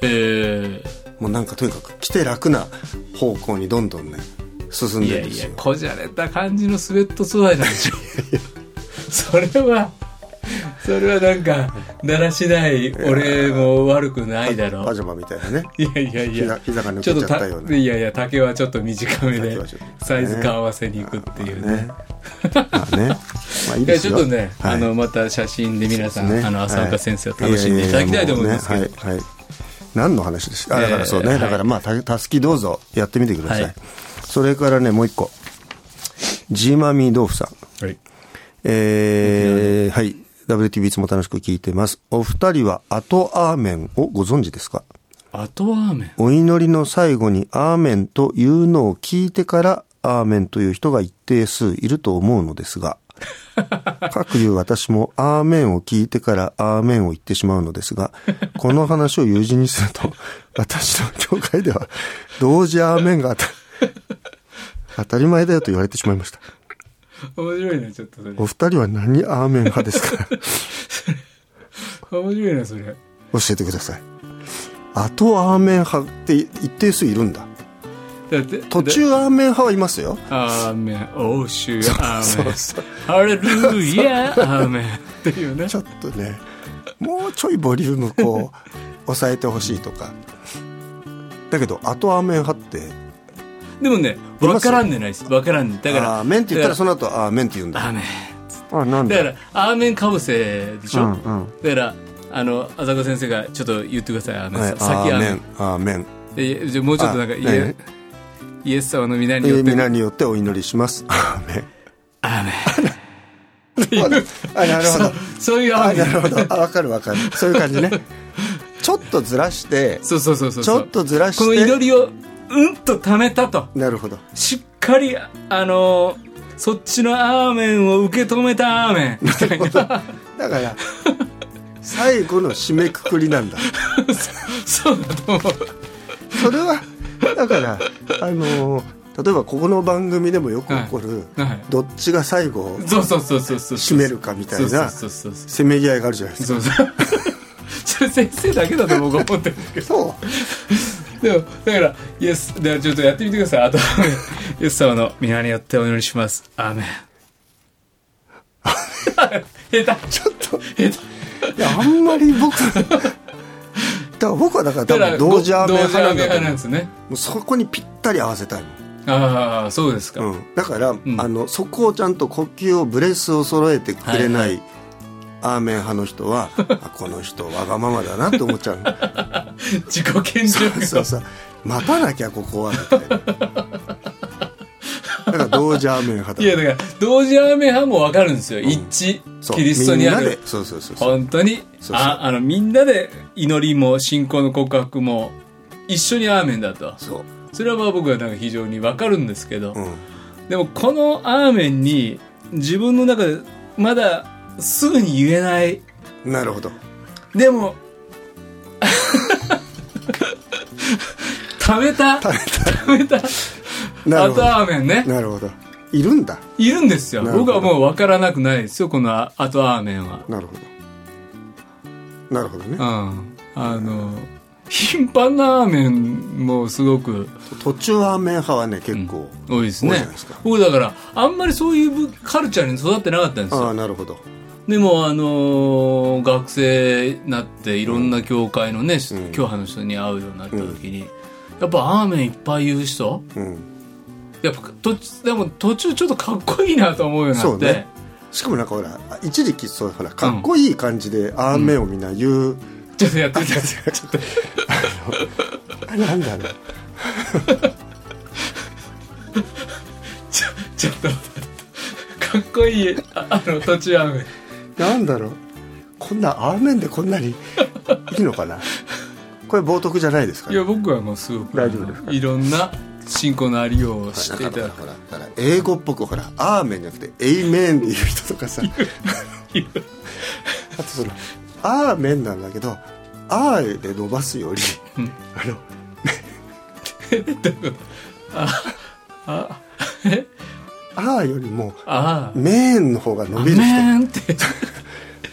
Speaker 5: え
Speaker 6: もうなんかとにかく着て楽な方向にどんどんね進
Speaker 5: ー、
Speaker 6: ん
Speaker 5: い
Speaker 6: で
Speaker 5: や
Speaker 6: るんで
Speaker 5: い
Speaker 6: す
Speaker 5: や
Speaker 6: よ
Speaker 5: こじゃれた感じのスウェット素材なんでしょそれはそれはなんかだらしない俺も悪くないだろう
Speaker 6: パジャマみたいなね
Speaker 5: いやいやいや、
Speaker 6: 膝膝が抜け
Speaker 5: ちょっと
Speaker 6: ちゃったような
Speaker 5: たいやいや、竹はちょっと短め
Speaker 6: 竹
Speaker 5: で
Speaker 6: はちょっとね、
Speaker 5: サイズ感合わせに行くっていうね。
Speaker 6: ねまあねまあいい
Speaker 5: いや、
Speaker 6: で
Speaker 5: ち
Speaker 6: す
Speaker 5: ょ
Speaker 6: よ
Speaker 5: っとね、
Speaker 6: はい
Speaker 5: あの、また写真で皆さん、
Speaker 6: ね
Speaker 5: あの、浅
Speaker 6: はい
Speaker 5: 岡先生を楽しんでいただきたいと思いますけど、
Speaker 6: やいやいやもうねはいはい何の話でしたあだからそうね、
Speaker 5: えー
Speaker 6: だからまあたたすきどうぞやってみてください、
Speaker 5: はい
Speaker 6: それからねもう一個ジーマミー豆腐さん
Speaker 5: はい
Speaker 6: えー、はい。WTV いつも楽しく聞いてます。お二人は後アーメンをご存知ですか
Speaker 5: あとはアーメン。
Speaker 6: お祈りの最後にアーメンというのを聞いてからアーメンという人が一定数いると思うのですが、各言う私もアーメンを聞いてからアーメンを言ってしまうのですが、この話を友人にすると、私の教会では同時アーメンが当た当たり前だよと言われてしまいました。
Speaker 5: 面白いね、ちょっとそれ。
Speaker 6: お二人は何アーメン派ですか
Speaker 5: 面白いね、それ。
Speaker 6: 教えてください後アーメン派って一定数いるんだ
Speaker 5: だって、
Speaker 6: 途
Speaker 5: だ。
Speaker 6: 中アーメン派はいますよ
Speaker 5: アーメン、欧州アーメン。ハレルヤアーメン。っていうね
Speaker 6: ち。ょっとねもうちょいボリュームこう 抑えてほしいとかだけど後アーメン派って
Speaker 5: でもね、わからんでないです。わからんで。だから、
Speaker 6: アーメンって言ったらそ
Speaker 5: の、
Speaker 6: の後アーメンって言うん
Speaker 5: ア
Speaker 6: だ
Speaker 5: ーメン。
Speaker 6: あなん
Speaker 5: だからアーメンかぶせでしょ、
Speaker 6: うんうん
Speaker 5: だからあの浅香先生がちょっと言ってくださいあの、
Speaker 6: はい、
Speaker 5: 先ア
Speaker 6: アー
Speaker 5: ー
Speaker 6: メ
Speaker 5: メ
Speaker 6: ン
Speaker 5: ン
Speaker 6: アーメン
Speaker 5: えじゃあもうちょっとなんか
Speaker 6: あ
Speaker 5: イエ,、
Speaker 6: ね
Speaker 5: イエス様の皆によって、
Speaker 6: 皆によってお祈りしますアーメン
Speaker 5: アーメン
Speaker 6: あなるほど
Speaker 5: そういうアー
Speaker 6: あ
Speaker 5: メ
Speaker 6: なる
Speaker 5: ン
Speaker 6: ほどあ分かる分かるそういう感じねちょっとずらして
Speaker 5: そうそうそうそう
Speaker 6: ちょっとずらして
Speaker 5: この祈りをうんとためたと
Speaker 6: なるほど
Speaker 5: しっかりあのそっちのアーメンを受け止めたアーメ ンみたいな
Speaker 6: だから最後の締めくくりなんだ
Speaker 5: そうだと思う
Speaker 6: それはだからあのー例えばここの番組でもよく起こる、
Speaker 5: はいはい
Speaker 6: どっちが最後
Speaker 5: そうそうそうそうそう
Speaker 6: 締めるかみたいな
Speaker 5: そうそうそうそう
Speaker 6: せめぎ合いがあるじゃないです
Speaker 5: そうそう それ先生だけだと僕思ってるんですけ
Speaker 6: かそう
Speaker 5: どでもだからイエスではちょっとやってみてくださいあ とイエス様の皆によってお祈りしますアーメン下手ちょっと下手
Speaker 6: いやあんまり僕 だから僕はだから多分同時アーメン
Speaker 5: 同時
Speaker 6: 派
Speaker 5: ア
Speaker 6: な
Speaker 5: ーメ
Speaker 6: ん
Speaker 5: ン
Speaker 6: だと
Speaker 5: 派な
Speaker 6: 思
Speaker 5: んですね
Speaker 6: うもうそこにぴったり合わせたいもん
Speaker 5: ああそうですか、
Speaker 6: うん、だから、
Speaker 5: ん
Speaker 6: あのそこをちゃんと呼吸をブレスを揃えてくれな
Speaker 5: はい
Speaker 6: い、アーメン派の人 はあこの人わがままだなって思っちゃうの
Speaker 5: 自己顕示欲
Speaker 6: そうさ待たなきゃここはみたいなだから同時アーメン派だ
Speaker 5: いやだから同時雨派も分かるんですよ、一
Speaker 6: そ
Speaker 5: 致
Speaker 6: う
Speaker 5: キリストにあ
Speaker 6: みん
Speaker 5: る
Speaker 6: なでそうそうそうそう
Speaker 5: 本当に
Speaker 6: そうそう
Speaker 5: ああのみんなで祈りも信仰の告白も一緒にアーメンだと
Speaker 6: そう
Speaker 5: それはまあ僕はなんか非常に分かるんですけど、
Speaker 6: うん
Speaker 5: でもこのアーメンに自分の中でまだすぐに言えない
Speaker 6: なるほど
Speaker 5: でも食べた食べた
Speaker 6: な
Speaker 5: あ
Speaker 6: る
Speaker 5: と
Speaker 6: ほど
Speaker 5: アーメンね
Speaker 6: なるほどいるんだ
Speaker 5: いるんですよ
Speaker 6: なるほ
Speaker 5: 僕
Speaker 6: ど
Speaker 5: はもう分からなくないですよこのあとアーメンは
Speaker 6: なるほどなるほどね
Speaker 5: うんあの頻繁なアーメンもすごく
Speaker 6: 途中アーメン派はね結構、
Speaker 5: 多いです
Speaker 6: 多い
Speaker 5: ね
Speaker 6: じゃないですか
Speaker 5: 僕だからあんまりそういうぶカルチャーに育ってなかったんです
Speaker 6: あ
Speaker 5: よ
Speaker 6: あなるほど
Speaker 5: でも、あのー学生になっていろんな教会のね、し教派の人に会うようになった時に、やっぱアーメンいっぱい言う人
Speaker 6: うん
Speaker 5: やっぱ途中でも途中ちょっとかっこいいなと思うようにな
Speaker 6: そ
Speaker 5: っ
Speaker 6: う
Speaker 5: て、
Speaker 6: ねしかもなんかほらあ一時期そうほらかっこいい感じでアーメンをみんな言う、
Speaker 5: ちょっとやってみ たんですよちょっと
Speaker 6: あなんだろう
Speaker 5: ちょちょっと待ってかっこいいああの途中アーメン
Speaker 6: なんだろうこんなアーメンでこんなにいいのかなこれ冒涜じゃないですか
Speaker 5: い
Speaker 6: ら、
Speaker 5: や僕はもうすごく
Speaker 6: 大丈夫です
Speaker 5: いろんな信仰のありようを知
Speaker 6: ほ
Speaker 5: って
Speaker 6: ら
Speaker 5: い
Speaker 6: だか
Speaker 5: た
Speaker 6: ら
Speaker 5: だく
Speaker 6: ほらだから英語っぽくほらアーメンじゃなくてエイメンっていう人とかさあとそのアーメンなんだけどアーで伸ばすより、あ の
Speaker 5: え
Speaker 6: アーよりも
Speaker 5: あ
Speaker 6: メーンの方が伸
Speaker 5: あ
Speaker 6: びる人
Speaker 5: メンって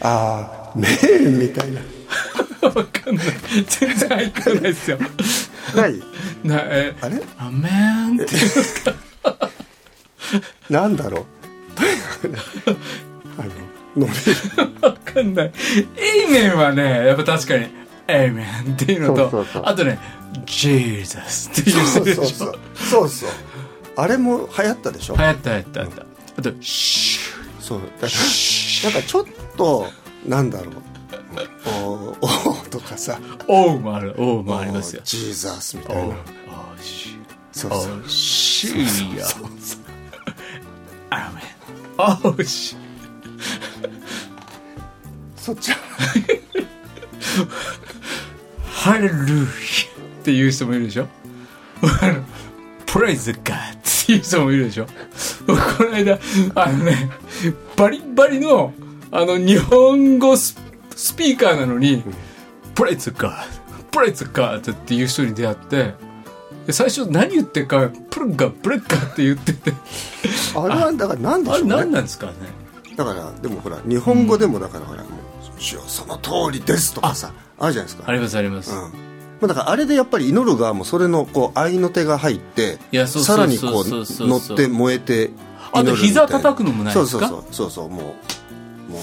Speaker 6: ああメーンみたいな
Speaker 5: わかんない全然入ってこないですよ
Speaker 6: ない
Speaker 5: なえ
Speaker 6: あれ
Speaker 5: あめーんって
Speaker 6: なん だろうとにかくねあの伸びる
Speaker 5: わかんない。エイメンはね、やっぱ確かに、エイメンっていうのと、
Speaker 6: そうそうそう
Speaker 5: あとね、ジーザスっていう
Speaker 6: そ
Speaker 5: 人
Speaker 6: う
Speaker 5: でし
Speaker 6: そ
Speaker 5: ょ。
Speaker 6: うそうそうそうあれも流行ったでしょ、
Speaker 5: 流行った流行った流行った。あと、シュ
Speaker 6: そうだからなんかちょっとなんだろうおー おーとかさ
Speaker 5: ー、オウもある、オウもありますよ
Speaker 6: おー。ジーザスみ
Speaker 5: オ
Speaker 6: た
Speaker 5: ウ、
Speaker 6: い
Speaker 5: オ
Speaker 6: な
Speaker 5: ウシ
Speaker 6: そうそ
Speaker 5: ュ、
Speaker 6: う
Speaker 5: オウシュや。 アーメン。オウシ
Speaker 6: そっち
Speaker 5: ハレルーっていう人もいるでしょ プレイズガーっていう人もいるでしょ僕この間、あのね、バリバリの、あの、日本語ススピーカーなのに、プレイズガー、プレイズガーっていう人に出会って、で最初何言ってるか、プルガー、プレッガーって言って て、
Speaker 6: あれはだからなんで
Speaker 5: あ
Speaker 6: し
Speaker 5: れ
Speaker 6: ょう
Speaker 5: 何
Speaker 6: ね
Speaker 5: なんですかね
Speaker 6: だからでもほら日本語でもだからほらもう主よその通りですとかさあるじゃないです
Speaker 5: あ
Speaker 6: か
Speaker 5: りますあります。
Speaker 6: うんまあ、だからあれでやっぱり祈る側もそれのこう愛の手が入って
Speaker 5: いやそうそう
Speaker 6: さらに
Speaker 5: そ
Speaker 6: こ
Speaker 5: うそうそう
Speaker 6: う乗って燃えて
Speaker 5: あと膝叩
Speaker 6: く
Speaker 5: くのもないです
Speaker 6: そう
Speaker 5: か
Speaker 6: そうそうそうそうもうもう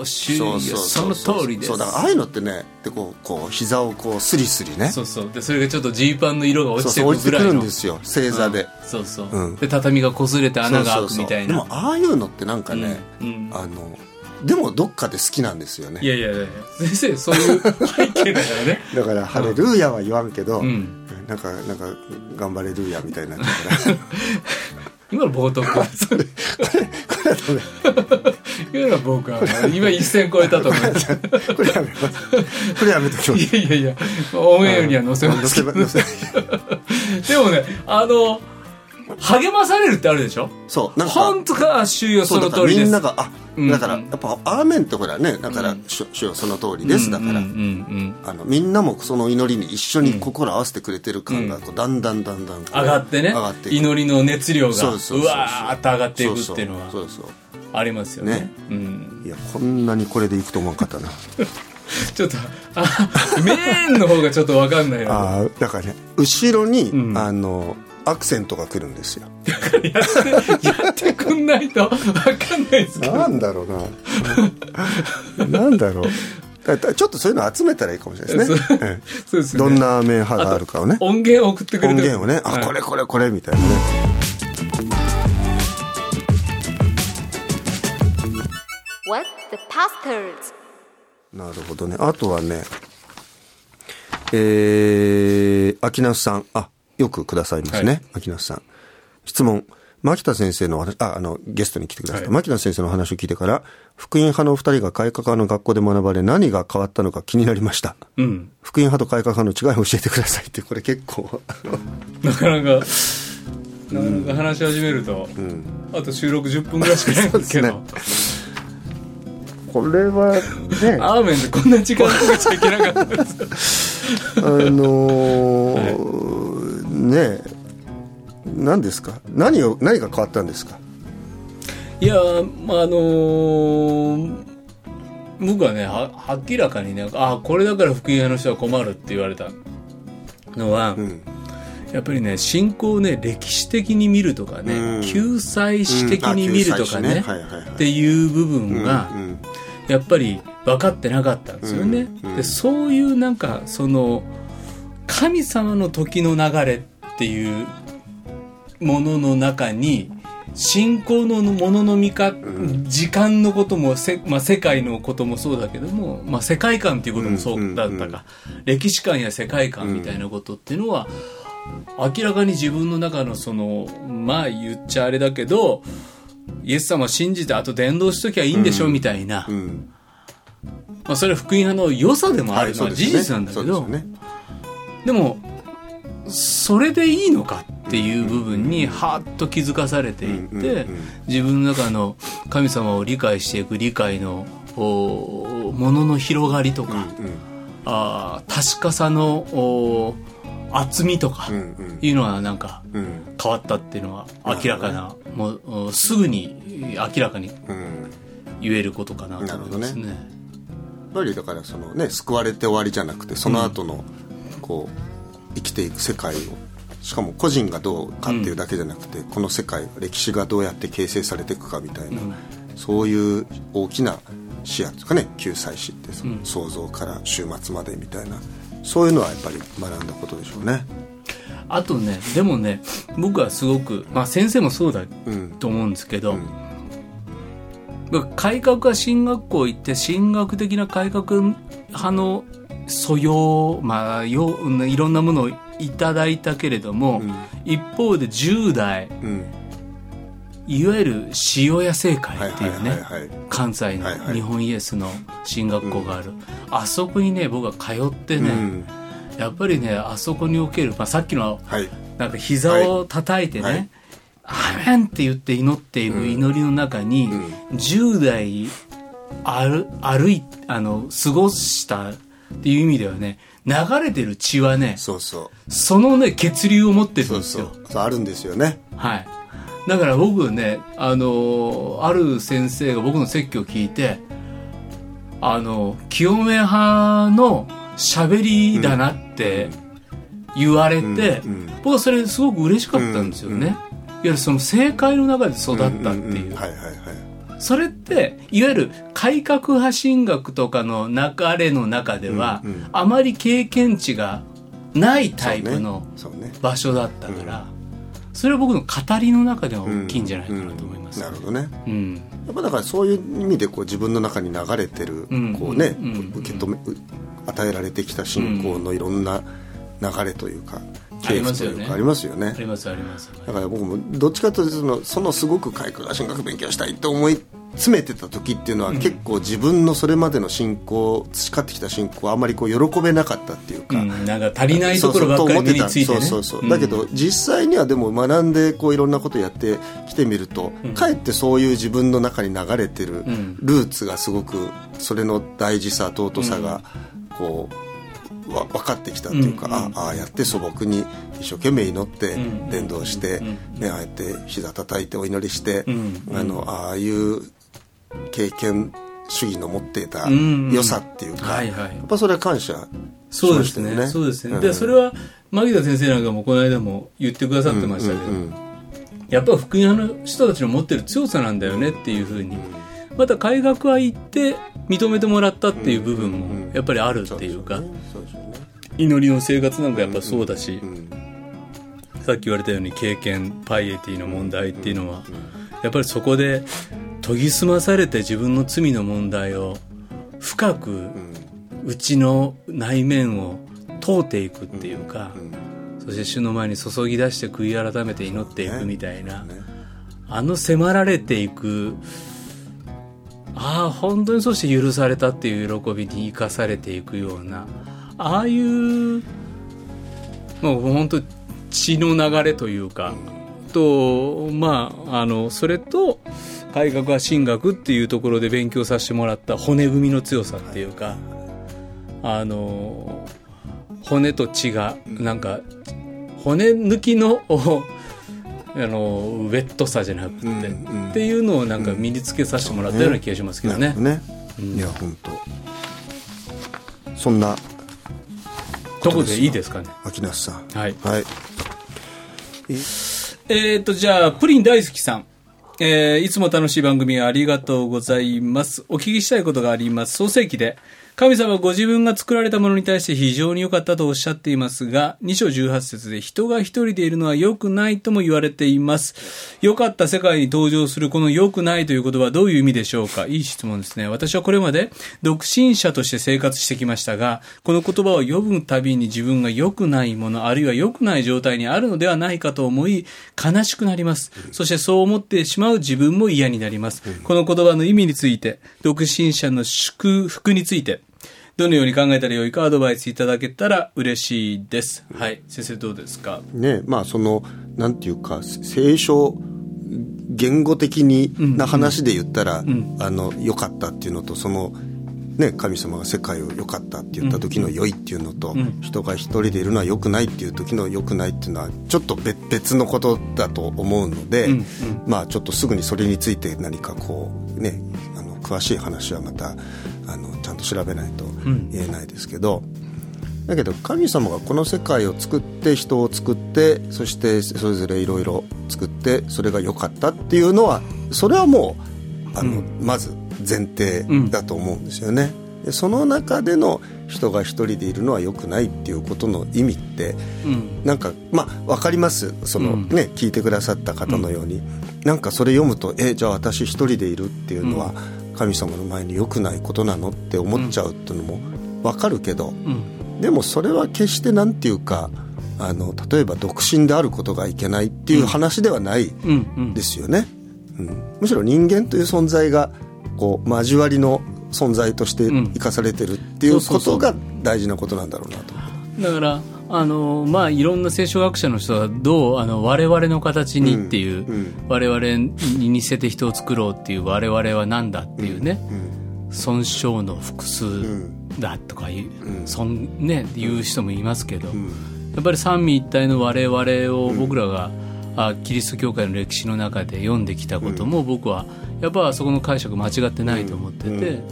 Speaker 5: お主よその通りです。
Speaker 6: そうだからああいうのってねでこうこう膝をこうスリスリね
Speaker 5: そうそうでそれがちょっとジーパンの色が落
Speaker 6: そう
Speaker 5: ちて
Speaker 6: そう
Speaker 5: く
Speaker 6: 落ちて
Speaker 5: ぐら
Speaker 6: く
Speaker 5: いの
Speaker 6: るんですよ正座で、
Speaker 5: そうそう、
Speaker 6: うん
Speaker 5: で畳が擦れて穴が開くみたいな
Speaker 6: そうそうそうでもああいうのってなんかね、
Speaker 5: うんうん
Speaker 6: あのでもどっかで好きなんですよ
Speaker 5: い
Speaker 6: ね
Speaker 5: やいやいや先生そういう背景だからね
Speaker 6: だから「ハレルーヤ」は言わんけど、
Speaker 5: ん
Speaker 6: なんかなんか「頑張れルーヤ」みたいになっちゃうから
Speaker 5: 今の冒頭か今の僕は今一線超えたと思います
Speaker 6: これやめますこれやめときま
Speaker 5: い
Speaker 6: す
Speaker 5: やいやいやオンエアには載せますけど
Speaker 6: 載せば載せ
Speaker 5: でもねあの励まされるってあるでしょ
Speaker 6: そうなんか
Speaker 5: 本当か収容そう
Speaker 6: そだ
Speaker 5: の
Speaker 6: から
Speaker 5: 通り
Speaker 6: み
Speaker 5: です
Speaker 6: んながあ
Speaker 5: うん
Speaker 6: だからやっぱアーメンってほらねだから「主主よその通りです」だから、
Speaker 5: うんうん
Speaker 6: あのみんなもその祈りに一緒に心合わせてくれてる感がこうだんだんだんだんこ
Speaker 5: うん
Speaker 6: う
Speaker 5: 上がってね
Speaker 6: 上がっていく
Speaker 5: 祈りの熱量が
Speaker 6: そうそうそうそう
Speaker 5: わーっと上がっていくっていうのは
Speaker 6: そうそうそう
Speaker 5: ありますよね
Speaker 6: ね
Speaker 5: うん
Speaker 6: そういやこんなにこれでいくと思わんかったな
Speaker 5: ちょっと、あ、メーンの方がちょっとわかんないな。
Speaker 6: ああだからね後ろに、
Speaker 5: ん
Speaker 6: あのアクセントが来るんですよ
Speaker 5: やって、やってくんないとわかんないですけど。
Speaker 6: なんだろうななんだろうだからちょっとそういうの集めたらいいかもしれないですね。
Speaker 5: そう
Speaker 6: うん
Speaker 5: そうですね
Speaker 6: どんな面派があるかをね。
Speaker 5: 音源を送ってくれて
Speaker 6: 音源をね、あ、
Speaker 5: はい
Speaker 6: これこれこれみたいなね。
Speaker 4: What the pastors?
Speaker 6: なるほどね。あとはね、えー、秋那須さん。あ、よくくださいますね。
Speaker 5: はい
Speaker 6: 秋那須さん。質問。牧田先生のお話、あ、あの、ゲストに来てくださった、
Speaker 5: はい
Speaker 6: 牧田先生のお話を聞いてから、福音派のお二人が改革派の学校で学ばれ、何が変わったのか 気になりました。
Speaker 5: うん
Speaker 6: 福音派と改革派の違いを教えてくださいって、これ結構、あの
Speaker 5: なかなかなかなか話し始めると、あと収録10分ぐらいしかないんですけ
Speaker 6: そ
Speaker 5: ど
Speaker 6: うこれはね、
Speaker 5: アーメンでこんな時間かけちゃいけなかったです
Speaker 6: あ のーねえ何ですか何を何が変わったんですか
Speaker 5: いやーまああのー僕はねは明らかにねあこれだから福音派の人は困るって言われたのは、
Speaker 6: ん
Speaker 5: やっぱりね信仰をね歴史的に見るとかね、
Speaker 6: うん
Speaker 5: 救済史的に見るとかね,、
Speaker 6: うんあ救済史ねはいはいはい
Speaker 5: っていう部分が、
Speaker 6: うん
Speaker 5: やっぱり分かってなかったんですよね。
Speaker 6: うんうん
Speaker 5: でそういうなんかその神様の時の流れっていうものの中に信仰のものの見か、時間のこともせ、まあ、世界のこともそうだけども、まあ、世界観っていうこともそうだったか、
Speaker 6: うんうん
Speaker 5: 歴史観や世界観みたいなことっていうのは、明らかに自分の中のそのまあ言っちゃあれだけどイエス様を信じてあと伝道しときゃいいんでしょ、みたいな、
Speaker 6: うん
Speaker 5: まあ、それは福音派の良さでもあるのは事実なんだけど、
Speaker 6: そうですよね
Speaker 5: でもそれでいいのかっていう部分にはっと気づかされていって、
Speaker 6: うんうんうん
Speaker 5: 自分の中の神様を理解していく理解のおものの広がりとか、あー確かさのお厚みとか
Speaker 6: うんうん
Speaker 5: いうのはなんか
Speaker 6: うんうん
Speaker 5: 変わったっていうのは明らかな、もうおすぐに明らかに
Speaker 6: うん
Speaker 5: 言えることかなと思いますね。
Speaker 6: やっぱりだからそのね救われて終わりじゃなくてその後のこう生きていく世界をしかも個人がどうかっていうだけじゃなくて、この世界歴史がどうやって形成されていくかみたいな、
Speaker 5: うん
Speaker 6: そういう大きな視野とかね救済史ってその創造から終末までみたいな、そういうのはやっぱり学んだことでしょうね。
Speaker 5: あとねでもね僕はすごく、まあ、先生もそうだ
Speaker 6: うん
Speaker 5: と思うんですけど、
Speaker 6: うん
Speaker 5: 改革は進学校行って進学的な改革派の素養、まあ、よいろんなものをいただいたけれども、
Speaker 6: うん
Speaker 5: 一方で10代
Speaker 6: うん、
Speaker 5: いわゆる塩屋政会
Speaker 6: はい
Speaker 5: って
Speaker 6: はいいうはい
Speaker 5: ね
Speaker 6: はい。
Speaker 5: 関西の
Speaker 6: はいはい
Speaker 5: 日本イエスの進学校がある、あそこにね僕は通って
Speaker 6: う
Speaker 5: ね、
Speaker 6: ん、
Speaker 5: やっぱりねあそこにおける、まあ、さっきの
Speaker 6: はい。
Speaker 5: なんか膝を叩いて
Speaker 6: はい
Speaker 5: ね、アーメンって言って祈っている祈りの中に、10代歩歩いあの過ごしたっていう意味ではね流れてる血はね
Speaker 6: そうそ
Speaker 5: そのね血流を持ってる
Speaker 6: う。
Speaker 5: ん
Speaker 6: そう
Speaker 5: です
Speaker 6: そ
Speaker 5: よ
Speaker 6: う。そうあるんですよね。
Speaker 5: はいだから僕ねあのある先生が僕の説教を聞いてあの清め派の喋りだなって言われて、
Speaker 6: うんうん
Speaker 5: 僕はそれすごく嬉しかったんですよね、いわゆるその政界の中で育ったっていう,、
Speaker 6: んんはいはいはい。
Speaker 5: それっていわゆる改革派進学とかの流れの中では、
Speaker 6: うんうん
Speaker 5: あまり経験値がないタイプの
Speaker 6: そうね。
Speaker 5: 場所だったからそれは僕の語りの中では大きいんじゃないかなと思います、
Speaker 6: うんなるほどね。
Speaker 5: うん
Speaker 6: やっぱだからそういう意味でこう自分の中に流れてる、
Speaker 5: うん
Speaker 6: こうね、
Speaker 5: うん
Speaker 6: 受け止めう与えられてきた信仰のいろんな流れというか、経緯という
Speaker 5: あ
Speaker 6: かあ
Speaker 5: り
Speaker 6: りますよね
Speaker 5: ありますあります
Speaker 6: だから僕もどっちかというとそのそのすごく改革が進学勉強したいと思い詰めてた時っていうのは、結構自分のそれまでの信仰培ってきた信仰はあまりこう喜べなかったってい
Speaker 5: う
Speaker 6: うか、
Speaker 5: ん、なんか足りないところばっかり目についてね
Speaker 6: そうそうそうだけど、実際にはでも学んでこういろんなことやってきてみると、かえってそういう自分の中に流れてる
Speaker 5: ん
Speaker 6: ルーツがすごくそれの大事さ尊さがこう、わ分かってきたっていうか、
Speaker 5: うんうん
Speaker 6: ああやって素朴に一生懸命祈って
Speaker 5: ん
Speaker 6: 伝道して、ね、ああやって膝叩いてお祈りして、
Speaker 5: ん
Speaker 6: あのああいう経験主義の持っていた
Speaker 5: んうん
Speaker 6: 良さっていうか、
Speaker 5: はいはい
Speaker 6: やっぱそれは感謝
Speaker 5: そうですね
Speaker 6: しましたよ
Speaker 5: そうですね、
Speaker 6: ん
Speaker 5: でそれは牧田先生なんかもこの間も言ってくださってましたけど、やっぱ福音派の人たちの持ってる強さなんだよねっていうふうにまた改革は行って認めてもらったっていう部分もやっぱりあるっていうか、祈りの生活なんかやっぱそうだし、さっき言われたように経験パイエティの問題っていうのはやっぱりそこで研ぎ澄まされて自分の罪の問題を深くうちの内面を通っていくっていうか、そして主の前に注ぎ出して悔い改めて祈っていくみたいな、あの迫られていくああ本当にそして許されたっていう喜びに生かされていくようなああいうもう本当血の流れというか、とまああのそれと改革は神学っていうところで勉強させてもらった骨組みの強さっていうか、あの骨と血がなんか骨抜きの おあのウェットさじゃなくて、
Speaker 6: うん
Speaker 5: っていうのをなんか身につけさせてもらったような気がしますけどね。
Speaker 6: ねいや本当そんな
Speaker 5: どこでいいですかね。
Speaker 6: 秋梨さん
Speaker 5: はい
Speaker 6: はい
Speaker 5: えー、と、じゃあ、プリン大好きさん。えーいつも楽しい番組ありがとうございます。お聞きしたいことがあります。創世記で、神様はご自分が作られたものに対して非常に良かったとおっしゃっていますが、2章18節で人が一人でいるのは良くないとも言われています。良かった世界に登場するこの良くないということはどういう意味でしょうかいい質問ですね。私はこれまで独身者として生活してきましたが、この言葉を読むたびに自分が良くないもの、あるいは良くない状態にあるのではないかと思い、悲しくなります。そしてそう思ってしまう自分も嫌になります。この言葉の意味について、独身者の祝福について、どのように考えたらよいかアドバイスいただけたら嬉しいです。はい。先生どうですか
Speaker 6: ねまあそのなんていうか聖書言語的にな話で言ったら、あの良かったっていうのとそのね神様が世界を良かったって言った時の良いっていうのと、人が一人でいるのは良くないっていう時の良くないっていうのはちょっと別別のことだと思うので、まあちょっとすぐにそれについて何かこうねあの詳しい話はまたあのちゃんと調べないと言えないですけど。だけど神様がこの世界を作って人を作ってそしてそれぞれいろいろ作ってそれが良かったっていうのはそれはもうあの、まず前提だと思うんですよね。でその中での人が一人でいるのは良くないっていうことの意味って、なんかまあ分かりますその、ね聞いてくださった方のように、なんかそれ読むとえじゃあ私一人でいるっていうのは神様の前に良くないことなのって思っちゃうっていうのも分かるけど、でもそれは決してなんていうかあの例えば独身であることがいけないっていう話ではないですよね、うんむしろ人間という存在がこう交わりの存在として生かされてるっていう
Speaker 5: そうそう
Speaker 6: こ
Speaker 5: そ
Speaker 6: と
Speaker 5: う
Speaker 6: が大事なことなんだろうなと。
Speaker 5: だからあのまあいろんな聖書学者の人はどうあの我々の形にっていう、我々に似せて人を作ろうっていう我々は何だっていうね、損傷の複数だとかいう、損ね言う人もいますけど、やっぱり三位一体の我々を僕らが、あキリスト教会の歴史の中で読んできたことも僕はやっぱあそこの解釈間違ってないと思ってて。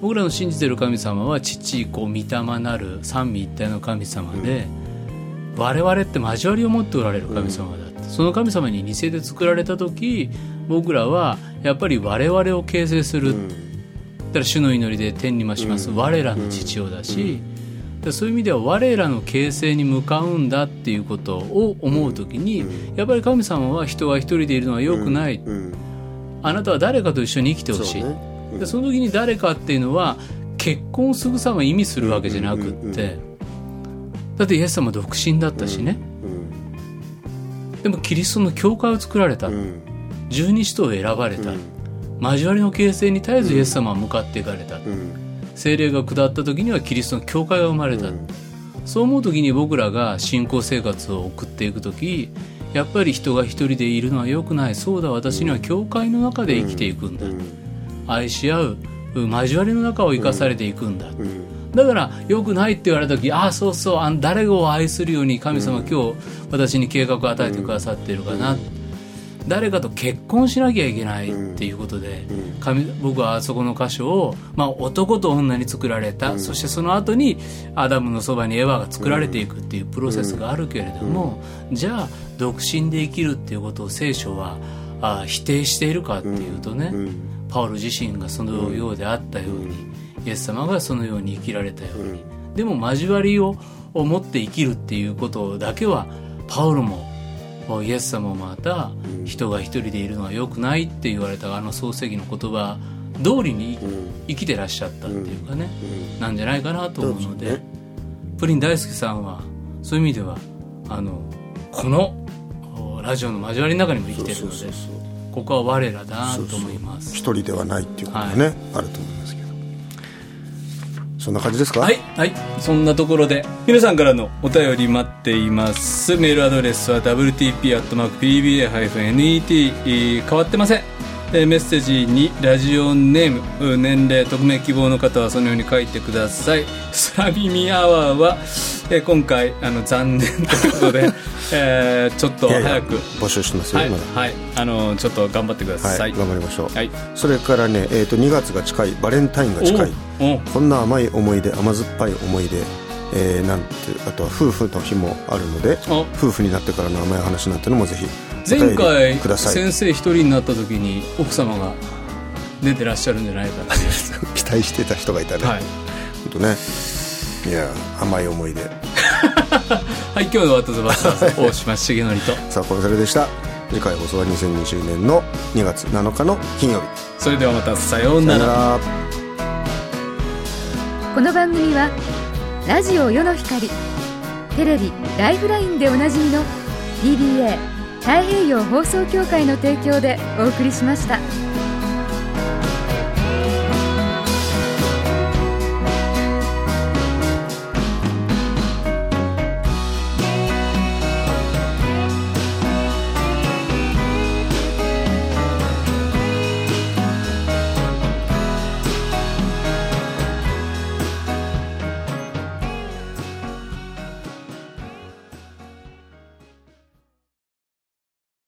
Speaker 5: 僕らの信じてる神様は父子御霊なる三位一体の神様で、我々って交わりを持っておられる神様だって、その神様に似せて作られた時僕らはやっぱり我々を形成する、だから主の祈りで天に増します、我らの父をだし、だからそういう意味では我らの形成に向かうんだっていうことを思う時に、やっぱり神様は人は一人でいるのは良くない、
Speaker 6: うん
Speaker 5: あなたは誰かと一緒に生きてほしい
Speaker 6: そうね
Speaker 5: でその時に誰かっていうのは結婚をすぐさま意味するわけじゃなくって、
Speaker 6: うんうんうん
Speaker 5: だってイエス様独身だったしね、
Speaker 6: うん
Speaker 5: でもキリストの教会を作られた、
Speaker 6: うん
Speaker 5: 十二使徒を選ばれた、
Speaker 6: うん
Speaker 5: 交わりの形成に絶えずイエス様は向かっていかれた、
Speaker 6: うん
Speaker 5: 聖霊が下った時にはキリストの教会が生まれた、
Speaker 6: うん
Speaker 5: そう思う時に僕らが信仰生活を送っていく時やっぱり人が一人でいるのは良くないそうだ私には教会の中で生きていくんだ、愛し合ううん交わりの中を生かされていくんだ、だから良くないって言われた時ああそうそうあの誰を愛するように神様、今日私に計画を与えてくださっているかな、誰かと結婚しなきゃいけないっていうことで、神僕はあそこの箇所を、まあ、男と女に作られた、そしてその後にアダムのそばにエヴァが作られていくっていうプロセスがあるけれども、じゃあ独身で生きるっていうことを聖書はあ否定しているかっていうとね、パウロ自身がそのようであったように、イエス様がそのように生きられたように、でも交わりをを持って生きるっていうことだけはパウロもイエス様もまた人が一人でいるのは良くないって言われたあの創世記の言葉通りに生きてらっしゃったっていうかね、なんじゃないかなと思うので。
Speaker 6: そうですね
Speaker 5: プリン大好きさんはそういう意味ではあのこのおラジオの交わりの中にも生きてるので
Speaker 6: そうそうそうそう
Speaker 5: ここは我らだと思います
Speaker 6: 一人ではないっていうことがね、
Speaker 5: は
Speaker 6: あると思いますけどそんな感じですか
Speaker 5: はいはいそんなところで皆さんからのお便り待っていますメールアドレスは wtp.pba-net 変わってませんえーメッセージにラジオネームう年齢匿名希望の方はそのように書いてくださいスラビミアワーは、えー今回あの残念ということ で、えーちょっと
Speaker 6: いやいや
Speaker 5: 早く
Speaker 6: 募集してますよ、
Speaker 5: はい、
Speaker 6: 今
Speaker 5: はい、あのちょっと頑張ってくだ
Speaker 6: はい
Speaker 5: さい。
Speaker 6: 頑張りましょう、
Speaker 5: はい、
Speaker 6: それからね、えー、と2月が近いバレンタインが近い
Speaker 5: おお
Speaker 6: こんな甘い思い出甘酸っぱい思い出、えーなんてあとは夫婦の日もあるので
Speaker 5: お
Speaker 6: 夫婦になってからの甘い話なんてのもぜひお
Speaker 5: 前
Speaker 6: 便
Speaker 5: 回
Speaker 6: りください
Speaker 5: 先生一人になった時に奥様が出てらっしゃるんじゃないかっていう
Speaker 6: 期待してた人がいたね、
Speaker 5: はい、
Speaker 6: ほんとねいや甘い思い出
Speaker 5: はい、今日の「ワットズバスターズ」大島 重則と
Speaker 6: さあこれそれでした次回放送は2020年の2月7日の金曜日
Speaker 5: それではまたさよう
Speaker 6: さ
Speaker 5: な
Speaker 6: よ
Speaker 5: ら。
Speaker 6: なら
Speaker 7: この番組はラジオ世の光テレビ「ライフライン」でおなじみの DBA 太平洋放送協会の提供でお送りしました。